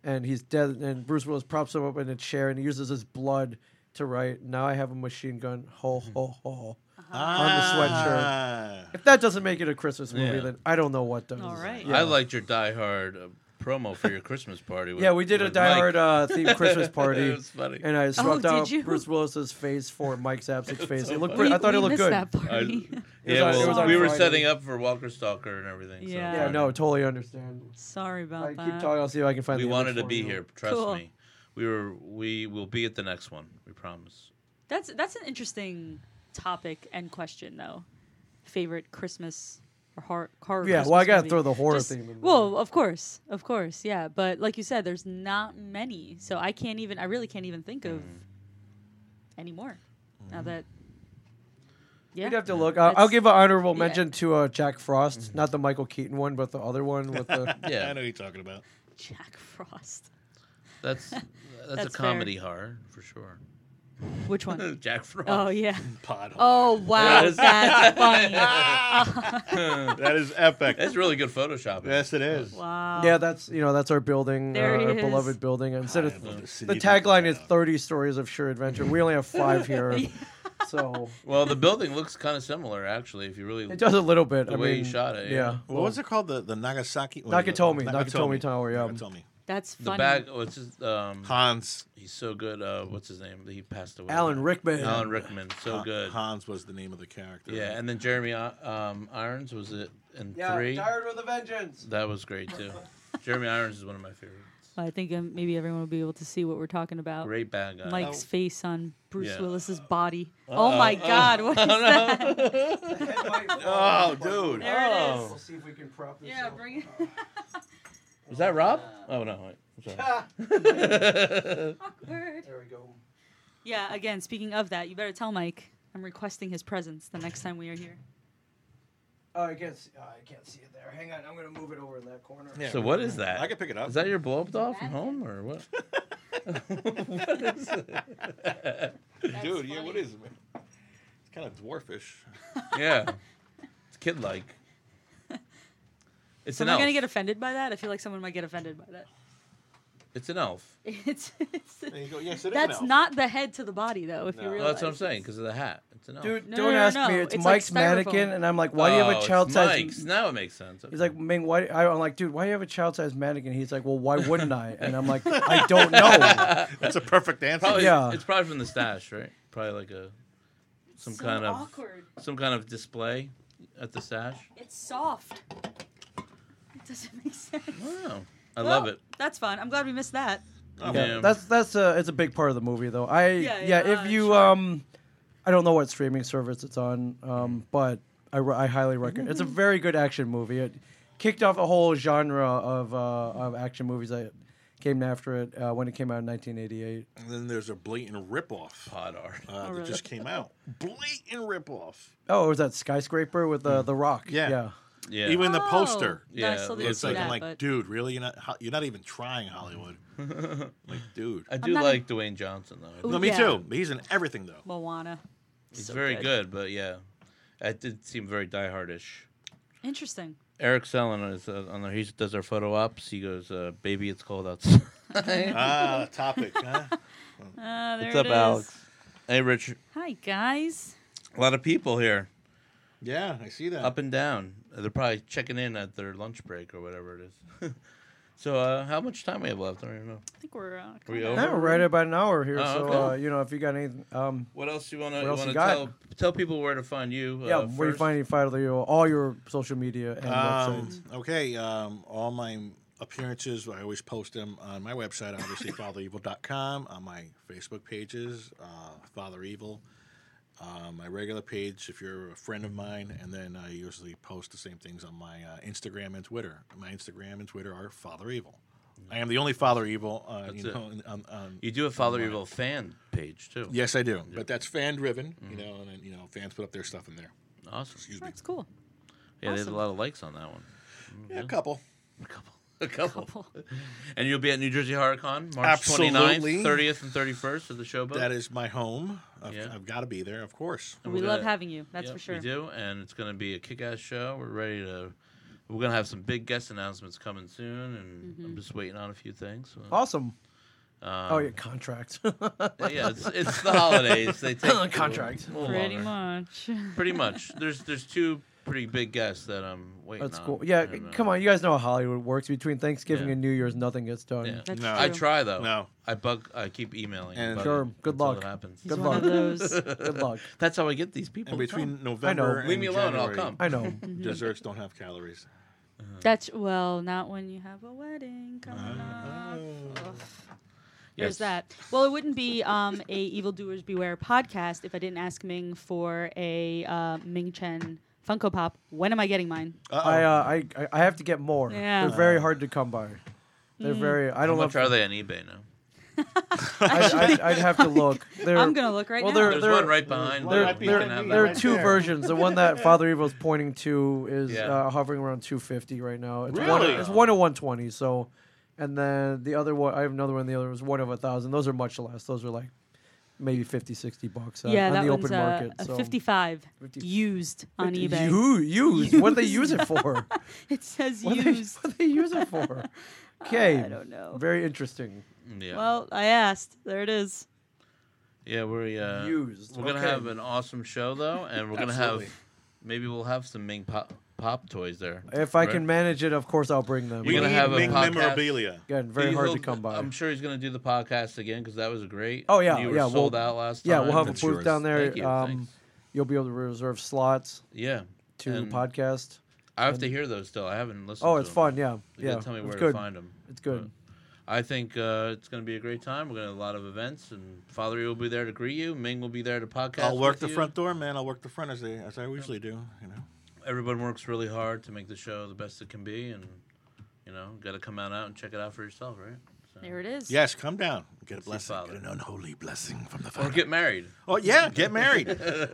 Speaker 4: and he's dead. And Bruce Willis props him up in a chair, and he uses his blood to write, "Now I have a machine gun." Ho ho ho!
Speaker 3: Ah.
Speaker 4: If that doesn't make it a Christmas movie,
Speaker 2: Yeah.
Speaker 4: then I don't know what does.
Speaker 1: All right.
Speaker 4: Yeah.
Speaker 2: I liked your Die Hard uh, promote for your Christmas party. With,
Speaker 4: Yeah, we did a
Speaker 2: with
Speaker 4: Die
Speaker 2: Mike. *laughs*
Speaker 4: Hard uh, themed Christmas party,
Speaker 2: It was funny.
Speaker 4: and I swapped
Speaker 1: Oh, did
Speaker 4: out
Speaker 1: you?
Speaker 4: Bruce Willis's face for
Speaker 2: *laughs*
Speaker 4: Mike Zapsik's face. It looked
Speaker 1: We-
Speaker 4: pretty. I thought
Speaker 1: we
Speaker 4: *laughs* it looked
Speaker 1: missed
Speaker 4: good.
Speaker 1: That
Speaker 2: I-
Speaker 1: party.
Speaker 2: yeah,
Speaker 4: was on- it was
Speaker 2: well,
Speaker 4: on
Speaker 2: we were
Speaker 4: Friday.
Speaker 2: setting up for Walker Stalker and everything. so
Speaker 1: Yeah.
Speaker 4: Yeah, no, totally understand.
Speaker 1: *laughs* Sorry about
Speaker 4: I keep
Speaker 1: that.
Speaker 4: talking. I'll see if I can find.
Speaker 2: we
Speaker 4: the image
Speaker 2: wanted to
Speaker 4: for
Speaker 2: be
Speaker 4: you.
Speaker 2: here. Trust
Speaker 1: Cool.
Speaker 2: me, we were. We will be at the next one. We
Speaker 4: *laughs*
Speaker 2: promise.
Speaker 1: That's that's an interesting topic and question though. Favorite Christmas or horror? horror
Speaker 4: Yeah,
Speaker 1: Christmas
Speaker 4: well, I gotta
Speaker 1: movie?
Speaker 4: throw the horror
Speaker 1: Just-
Speaker 4: theme in there.
Speaker 1: Well, of course, of course, yeah. But like you said, there's not many, so I can't even. I really can't even think of
Speaker 4: Mm.
Speaker 1: any more. Now that, yeah,
Speaker 4: You'd Mm. have to look. uh, I'll, I'll
Speaker 1: That's-
Speaker 4: give an honorable
Speaker 1: yeah.
Speaker 4: mention to uh, Jack Frost,
Speaker 2: Mm-hmm.
Speaker 4: not the Michael Keaton one, but the other one with the.
Speaker 1: *laughs*
Speaker 2: Yeah,
Speaker 3: I know who you're talking about.
Speaker 1: Jack Frost.
Speaker 4: *laughs*
Speaker 2: that's that's, a
Speaker 1: That's fair.
Speaker 2: comedy horror for sure. *laughs*
Speaker 1: Which one?
Speaker 4: *laughs*
Speaker 2: Jack Frost.
Speaker 1: oh yeah.
Speaker 3: Pothole.
Speaker 1: Oh wow,
Speaker 2: Yes.
Speaker 1: that's
Speaker 4: *laughs*
Speaker 1: funny. *laughs*
Speaker 3: That is epic.
Speaker 2: that's really good photoshopping.
Speaker 3: yes, it is.
Speaker 1: Wow.
Speaker 4: Yeah, that's you know that's our building, uh,
Speaker 1: Oh. There he
Speaker 4: our
Speaker 1: is.
Speaker 4: beloved building. Instead
Speaker 3: I
Speaker 4: of
Speaker 3: love
Speaker 4: the
Speaker 3: city that
Speaker 4: tagline
Speaker 3: we
Speaker 4: is
Speaker 3: have.
Speaker 4: thirty stories of sure adventure. We only
Speaker 1: *laughs*
Speaker 4: have five here, so
Speaker 2: Well, the building looks kind of similar, actually. If you really,
Speaker 4: it does a little bit. I
Speaker 2: way you
Speaker 4: mean,
Speaker 2: shot it, yeah.
Speaker 4: Yeah.
Speaker 3: What was it called? The the Nagasaki.
Speaker 4: Nakatomi, Nakatomi Tower, yeah.
Speaker 3: Nakatomi.
Speaker 1: That's
Speaker 2: the
Speaker 1: funny.
Speaker 2: bag. What's his? Um,
Speaker 3: Hans.
Speaker 2: he's so good. Uh, what's his name? He passed away.
Speaker 4: Alan Rickman.
Speaker 2: Alan Rickman, so
Speaker 3: Han-
Speaker 2: good.
Speaker 3: Hans was the name of the character.
Speaker 2: Yeah, and then Jeremy I- um, Irons was it in
Speaker 4: Yeah,
Speaker 2: three?
Speaker 4: tired with a *laughs* vengeance.
Speaker 2: That was great too. Jeremy Irons is one of my favorites.
Speaker 1: I think um, maybe everyone will be able to see what we're talking about.
Speaker 2: Great bad guy. *laughs*
Speaker 1: Mike's
Speaker 3: Oh.
Speaker 1: face on Bruce
Speaker 2: Yeah.
Speaker 1: Willis's body. oh my God!
Speaker 3: *laughs*
Speaker 1: What is *laughs* that?
Speaker 2: *laughs*
Speaker 3: Oh, dude.
Speaker 1: There it is.
Speaker 4: We'll see if we can prop this
Speaker 1: Yeah,
Speaker 4: up. *laughs*
Speaker 1: bring it. *laughs*
Speaker 2: Is that Rob? Oh no, wait. I'm sorry.
Speaker 1: Awkward.
Speaker 4: There we go.
Speaker 1: Yeah. Again, speaking of that, you better tell Mike I'm requesting his presence the next time we are here.
Speaker 4: Oh, I can't. See, oh, I can't see it there. Hang on, I'm gonna move it over in that corner.
Speaker 3: Yeah.
Speaker 2: *laughs* so what is that?
Speaker 3: I can pick it up.
Speaker 2: Is that your blow up doll from home
Speaker 1: *laughs*
Speaker 2: or what? what is it?
Speaker 3: *laughs* dude? Yeah. What is it? man? It's kind of dwarfish.
Speaker 2: Yeah, it's kid
Speaker 1: *laughs*
Speaker 2: like. It's
Speaker 1: Am
Speaker 2: an
Speaker 1: I
Speaker 2: elf.
Speaker 1: gonna get offended by that? I feel like someone might get offended by that.
Speaker 2: It's an elf.
Speaker 1: *laughs* It's, it's
Speaker 3: There you go. Yes, it is.
Speaker 1: that's
Speaker 3: now.
Speaker 1: not the head to the body though. If
Speaker 3: No.
Speaker 1: you
Speaker 3: Well,
Speaker 2: Well,
Speaker 1: realize.
Speaker 2: Oh, that's what I'm saying because of the hat. It's to know.
Speaker 4: Dude,
Speaker 1: No,
Speaker 4: don't
Speaker 1: no, no,
Speaker 4: ask
Speaker 1: no.
Speaker 4: me. It's,
Speaker 1: It's like
Speaker 4: Mike's mannequin,
Speaker 1: styrofoam.
Speaker 4: and I'm like, why do you have a child
Speaker 2: Oh, Mike's.
Speaker 4: size?
Speaker 2: Now it makes sense.
Speaker 4: He's like, Ming, why? I- I'm like, dude, why do you have a child size mannequin? He's like, well, why wouldn't I? And I'm like, I
Speaker 2: *laughs*
Speaker 4: don't know.
Speaker 1: *laughs*
Speaker 3: That's a perfect answer.
Speaker 2: probably,
Speaker 4: yeah.
Speaker 2: it's probably from the stash, right? Probably like a some
Speaker 1: So
Speaker 2: kind of
Speaker 1: awkward.
Speaker 2: some kind of display at the stash.
Speaker 1: It's soft. It doesn't make sense.
Speaker 2: Wow, I
Speaker 1: Well,
Speaker 2: love it.
Speaker 1: That's fun. I'm glad we missed that.
Speaker 3: Oh,
Speaker 2: Yeah.
Speaker 3: man.
Speaker 4: That's that's a it's a big part of the movie though. I yeah,
Speaker 1: Yeah, yeah,
Speaker 4: if
Speaker 1: uh,
Speaker 4: you
Speaker 1: sure.
Speaker 4: um, I don't know what streaming service it's on, um, but I, re- I highly recommend. It's a
Speaker 1: Mm-hmm.
Speaker 4: very good action movie. It kicked off a whole genre of uh, of action movies that came after it uh, when it came out in 1988.
Speaker 3: And then there's a blatant ripoff uh,
Speaker 2: Pod art.
Speaker 3: that
Speaker 1: Oh, really?
Speaker 3: just came out. Blatant ripoff.
Speaker 4: Oh, it was that skyscraper with the the Rock?
Speaker 3: Yeah.
Speaker 4: yeah.
Speaker 2: Mm. Yeah.
Speaker 3: Even the
Speaker 1: Oh,
Speaker 3: poster.
Speaker 1: no, I
Speaker 2: Yeah,
Speaker 1: still didn't
Speaker 3: It's
Speaker 1: see
Speaker 3: like
Speaker 1: that,
Speaker 3: I'm like,
Speaker 1: but-
Speaker 3: dude, really? You're not ho- you're not even trying
Speaker 2: *laughs*
Speaker 3: Hollywood. like, dude.
Speaker 2: I do
Speaker 1: not a-
Speaker 2: like Dwayne Johnson though. I do.
Speaker 1: Ooh,
Speaker 3: No, me
Speaker 1: yeah.
Speaker 3: too. He's in everything
Speaker 1: *laughs*
Speaker 3: though.
Speaker 1: Moana.
Speaker 2: He's
Speaker 1: So
Speaker 2: very good. but yeah, it did seem very diehardish.
Speaker 1: Interesting.
Speaker 2: Eric Sellin is uh, on there. He does our photo ops. He goes, uh, "Baby, it's cold outside." *laughs*
Speaker 3: Ah, topic. *laughs* Huh?
Speaker 1: Uh, there it
Speaker 2: What's up,
Speaker 1: is.
Speaker 2: Alex? Hey, Rich.
Speaker 1: Hi guys.
Speaker 2: A lot of people here,
Speaker 3: Yeah, I see that.
Speaker 2: up and down. They're probably checking in at their lunch break or whatever it is. *laughs* so, uh, how much time we have left? I don't even know.
Speaker 1: I think we're. Uh,
Speaker 2: we
Speaker 1: kinda-
Speaker 2: over?
Speaker 4: Yeah, we're right at about an hour here.
Speaker 2: Oh,
Speaker 4: so
Speaker 2: okay.
Speaker 4: uh, you know, if you got anything, um,
Speaker 2: What else you wanna
Speaker 4: What
Speaker 2: you
Speaker 4: else
Speaker 2: wanna
Speaker 4: you got?
Speaker 2: tell tell people where to find you?
Speaker 4: yeah,
Speaker 2: uh,
Speaker 4: where you
Speaker 2: first?
Speaker 4: find you find all your all your social media and
Speaker 3: Um,
Speaker 4: websites.
Speaker 3: okay, um, all my appearances, I always post them on my website,
Speaker 2: *laughs*
Speaker 3: obviously, fatherevil.com, on my Facebook pages, uh, Father Evil, uh, my regular page, if you're a friend of mine, and then I usually post the same things on my uh, Instagram and Twitter. My Instagram and Twitter are Father Evil. I am the only Father Evil, uh, you
Speaker 2: That's it.
Speaker 3: know, on, on, on,
Speaker 2: You do have Father Evil fan page too.
Speaker 3: Yes, I do, but that's fan driven,
Speaker 2: Mm-hmm.
Speaker 3: you know, and then, you know, fans put up their stuff in there.
Speaker 2: Awesome.
Speaker 3: Excuse me,
Speaker 1: That's cool.
Speaker 2: Yeah, there's a
Speaker 1: Awesome.
Speaker 2: lot of likes on that one. Mm-hmm.
Speaker 3: yeah, a couple.
Speaker 2: A couple. *laughs* A couple. And you'll be at New Jersey Horror Con March twenty ninth,
Speaker 3: Absolutely.
Speaker 2: 30th, and 31st of the showboat.
Speaker 3: That is my home. I've,
Speaker 2: Yeah.
Speaker 3: I've got to be there, of course.
Speaker 1: We
Speaker 2: we're
Speaker 1: love
Speaker 2: gonna-
Speaker 1: having you. That's
Speaker 2: Yep,
Speaker 1: for sure.
Speaker 2: We do, and it's going to be a kick-ass show. We're ready to. We're going to have some big guest announcements coming soon, and
Speaker 1: Mm-hmm.
Speaker 2: I'm just waiting on a few things. So,
Speaker 4: Awesome.
Speaker 2: um,
Speaker 4: oh, your *laughs* contract.
Speaker 2: yeah, it's, it's the holidays.
Speaker 4: *laughs*
Speaker 2: They take a little-
Speaker 4: Contract.
Speaker 2: a little
Speaker 1: Pretty
Speaker 2: longer.
Speaker 1: much. *laughs*
Speaker 2: Pretty much. There's there's two pretty big guests that I'm waiting.
Speaker 4: That's
Speaker 2: on.
Speaker 4: cool. Yeah,
Speaker 2: And, uh,
Speaker 4: come on. You guys know how Hollywood works. Between Thanksgiving
Speaker 2: Yeah.
Speaker 4: and New Year's, nothing gets done.
Speaker 2: Yeah.
Speaker 1: That's
Speaker 3: No.
Speaker 2: I
Speaker 1: true.
Speaker 2: try though.
Speaker 3: No.
Speaker 2: I bug. I keep emailing.
Speaker 3: And-
Speaker 2: about
Speaker 4: Sure.
Speaker 2: it
Speaker 4: Good
Speaker 2: until
Speaker 4: luck.
Speaker 2: It happens.
Speaker 1: He's
Speaker 4: Good
Speaker 1: one of
Speaker 2: *laughs*
Speaker 4: luck.
Speaker 1: those.
Speaker 4: Good luck.
Speaker 2: That's how I get these people.
Speaker 3: And
Speaker 2: to come.
Speaker 3: between November, and
Speaker 2: Leave me alone, I'll
Speaker 3: January,
Speaker 2: come.
Speaker 4: I know.
Speaker 3: Desserts don't have calories.
Speaker 1: That's well, not when you have a wedding coming up.
Speaker 3: Oh.
Speaker 1: Ugh.
Speaker 2: Uh-huh. Yes.
Speaker 1: There's that. Well, it wouldn't be um, a Evildoers Beware podcast if I didn't ask Ming for a uh, Ming Chen Funko Pop. When am I getting
Speaker 3: *laughs*
Speaker 1: mine?
Speaker 4: I,
Speaker 3: Uh-oh.
Speaker 4: uh, I I- I have to get more.
Speaker 1: Yeah. Mm.
Speaker 4: They're very hard to come by. They're very. I
Speaker 2: Uh-huh. How
Speaker 4: don't know.
Speaker 2: much
Speaker 4: if-
Speaker 2: are they on eBay now?
Speaker 4: I'd, *laughs* I'd, I'd
Speaker 2: *laughs*
Speaker 4: have to look.
Speaker 3: *laughs*
Speaker 4: They're,
Speaker 1: I'm gonna look right
Speaker 4: well,
Speaker 1: now.
Speaker 4: they're-
Speaker 2: There's
Speaker 4: they're-
Speaker 2: one right behind.
Speaker 3: they're-
Speaker 2: there. You
Speaker 3: they're-
Speaker 2: can have
Speaker 4: There
Speaker 2: that
Speaker 4: are
Speaker 3: Right
Speaker 2: one.
Speaker 4: two
Speaker 3: there.
Speaker 4: versions. The
Speaker 1: *laughs*
Speaker 4: one that Father Evil's pointing to is
Speaker 2: Yeah.
Speaker 4: uh, hovering around 250 right now. It's one,
Speaker 3: Really?
Speaker 4: it's one of 120. So, and then the other one, I have another one. The other was one of a thousand. Those are much less. Those are like maybe 50, 60 bucks uh,
Speaker 1: yeah,
Speaker 4: on
Speaker 1: that
Speaker 4: the
Speaker 1: one's
Speaker 4: open market.
Speaker 1: a, a
Speaker 4: so.
Speaker 1: 55
Speaker 4: 50
Speaker 1: used on eBay.
Speaker 4: You, used. What do they use it for?
Speaker 1: *laughs* It says
Speaker 4: What do they,
Speaker 1: used.
Speaker 4: what do they use it for?
Speaker 1: *laughs*
Speaker 4: Okay.
Speaker 1: I don't know.
Speaker 4: Very interesting.
Speaker 2: Yeah.
Speaker 1: Well, I asked. There it is.
Speaker 2: Yeah, we're uh,
Speaker 4: Used.
Speaker 2: We're gonna
Speaker 4: Okay.
Speaker 2: have an awesome show though, and we're gonna have
Speaker 3: Absolutely.
Speaker 2: maybe we'll have some Ming pop pop toys there.
Speaker 4: If I
Speaker 2: right?
Speaker 4: can manage it, of course I'll bring them.
Speaker 3: we
Speaker 2: You're gonna
Speaker 3: need
Speaker 2: have a
Speaker 3: Ming
Speaker 2: podcast.
Speaker 3: memorabilia.
Speaker 4: Again, very hard to
Speaker 2: He'll-
Speaker 4: come by.
Speaker 2: I'm sure he's gonna do the podcast again because that was great.
Speaker 4: Oh, yeah,
Speaker 2: you were
Speaker 4: yeah,
Speaker 2: sold
Speaker 4: we'll-
Speaker 2: out last
Speaker 4: yeah,
Speaker 2: time.
Speaker 4: we'll have a
Speaker 3: That's
Speaker 4: booth
Speaker 3: yours.
Speaker 4: down there.
Speaker 2: Thank you,
Speaker 4: um,
Speaker 2: thanks.
Speaker 4: you'll be able to reserve slots
Speaker 2: yeah.
Speaker 4: to
Speaker 2: and
Speaker 4: podcast.
Speaker 2: I have to hear those still. I haven't listened.
Speaker 4: Oh,
Speaker 2: to
Speaker 4: it's
Speaker 2: them.
Speaker 4: fun. Yeah,
Speaker 2: You
Speaker 4: yeah.
Speaker 2: gotta tell me
Speaker 4: it's
Speaker 2: where
Speaker 4: good.
Speaker 2: to find them.
Speaker 4: It's
Speaker 2: *laughs*
Speaker 4: good.
Speaker 2: I think uh, it's going to be a great time. We're going to have a lot of events, and Father will be there to greet you. Ming will be there to podcast.
Speaker 3: I'll work
Speaker 2: with
Speaker 3: the
Speaker 2: you.
Speaker 3: front door, man. I'll work the front as, they, as I usually do. You know,
Speaker 2: Everyone works really hard to make the show the best it can be, and you know, got to come on out and check it out for yourself, right? So-
Speaker 1: There it is.
Speaker 3: yes, come down, get a blessing,
Speaker 2: Father.
Speaker 3: get an unholy blessing from the
Speaker 2: Or
Speaker 3: Father.
Speaker 2: get married.
Speaker 3: oh yeah, get *laughs* married.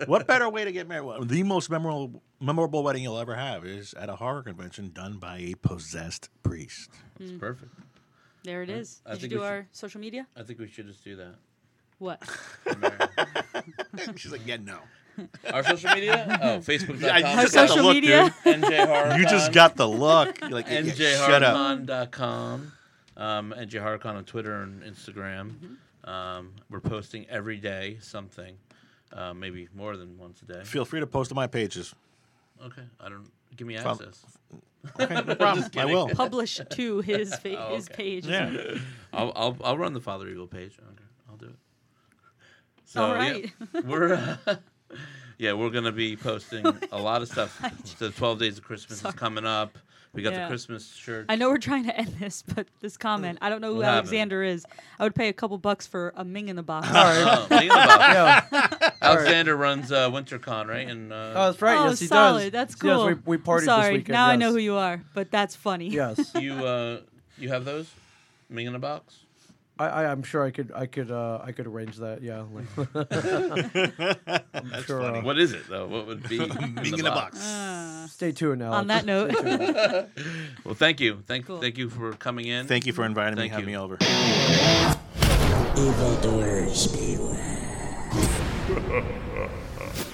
Speaker 3: what better way to get married? Well, the most memorable memorable wedding you'll ever have is at a horror convention done by a possessed priest.
Speaker 2: It's perfect.
Speaker 1: There it is.
Speaker 2: I
Speaker 1: Did you
Speaker 2: think
Speaker 1: do
Speaker 2: we should-
Speaker 1: our social media?
Speaker 2: I think we should just do that.
Speaker 1: *laughs* What?
Speaker 2: *laughs* Get married.
Speaker 3: She's like, yeah, no.
Speaker 2: Our social media? Oh,
Speaker 3: I
Speaker 2: Facebook.com.
Speaker 1: Our
Speaker 3: just got the
Speaker 1: social
Speaker 3: look,
Speaker 1: media?
Speaker 3: dude.
Speaker 2: NJHorrorCon.
Speaker 3: You just got the look. You're *laughs* like, yeah, shut up.
Speaker 2: NJHorrorCon.com. Um,
Speaker 3: Mm-hmm.
Speaker 2: NJHorrorCon on Twitter and Instagram. Um, we're posting every day something. uh, maybe more than once a day.
Speaker 3: Feel free to post to my pages.
Speaker 2: Okay, I don't give me
Speaker 3: Prob-
Speaker 2: access.
Speaker 3: Okay, no problem. I
Speaker 2: kidding.
Speaker 3: will.
Speaker 1: *laughs* Publish to his fa-
Speaker 2: Oh,
Speaker 1: his
Speaker 2: okay.
Speaker 1: page.
Speaker 3: Yeah.
Speaker 2: I'll, I'll I'll run the Father Eagle page. Okay, I'll do it. So,
Speaker 1: All
Speaker 2: Oh, yeah,
Speaker 1: right. *laughs*
Speaker 2: *laughs* we're uh, yeah, we're gonna
Speaker 1: *laughs*
Speaker 2: be posting a lot of stuff. *laughs* So Twelve Days of Christmas
Speaker 1: Sorry.
Speaker 2: is coming up. We got
Speaker 1: Yeah.
Speaker 2: the Christmas shirt.
Speaker 1: I know we're trying to end this, but this comment, I don't know who
Speaker 2: What happened?
Speaker 1: Alexander is. I would pay a couple bucks for a Ming in the box.
Speaker 2: Oh,
Speaker 1: *laughs*
Speaker 2: think about it.
Speaker 4: Yeah.
Speaker 2: Alexander runs uh, WinterCon, right? And uh,
Speaker 4: Oh, that's right.
Speaker 1: *laughs* Oh,
Speaker 4: yes, he
Speaker 1: solid.
Speaker 4: does.
Speaker 1: That's
Speaker 4: Yes,
Speaker 1: cool.
Speaker 4: we, we
Speaker 1: I'm
Speaker 4: partied
Speaker 1: Sorry.
Speaker 4: this weekend.
Speaker 1: now I
Speaker 4: yes. *laughs*
Speaker 1: know who you are, but that's funny.
Speaker 4: Yes,
Speaker 2: you uh, you have those Ming in a box.
Speaker 4: I, I, I'm sure I could, I could, uh, I could arrange that. Yeah, *laughs* like,
Speaker 3: That's
Speaker 4: sure,
Speaker 3: funny.
Speaker 4: uh,
Speaker 2: What is it though? What
Speaker 3: *laughs*
Speaker 2: would be in
Speaker 3: Ming in a box.
Speaker 1: Uh,
Speaker 4: stay tuned,
Speaker 1: *laughs*
Speaker 4: Alex.
Speaker 1: on that note,
Speaker 4: *laughs*
Speaker 2: Well, thank you, thank
Speaker 1: Cool.
Speaker 2: thank you for coming in.
Speaker 3: Thank you for inviting me.
Speaker 2: Thank
Speaker 3: Having me
Speaker 2: you.
Speaker 3: over.
Speaker 5: Evildoers beware.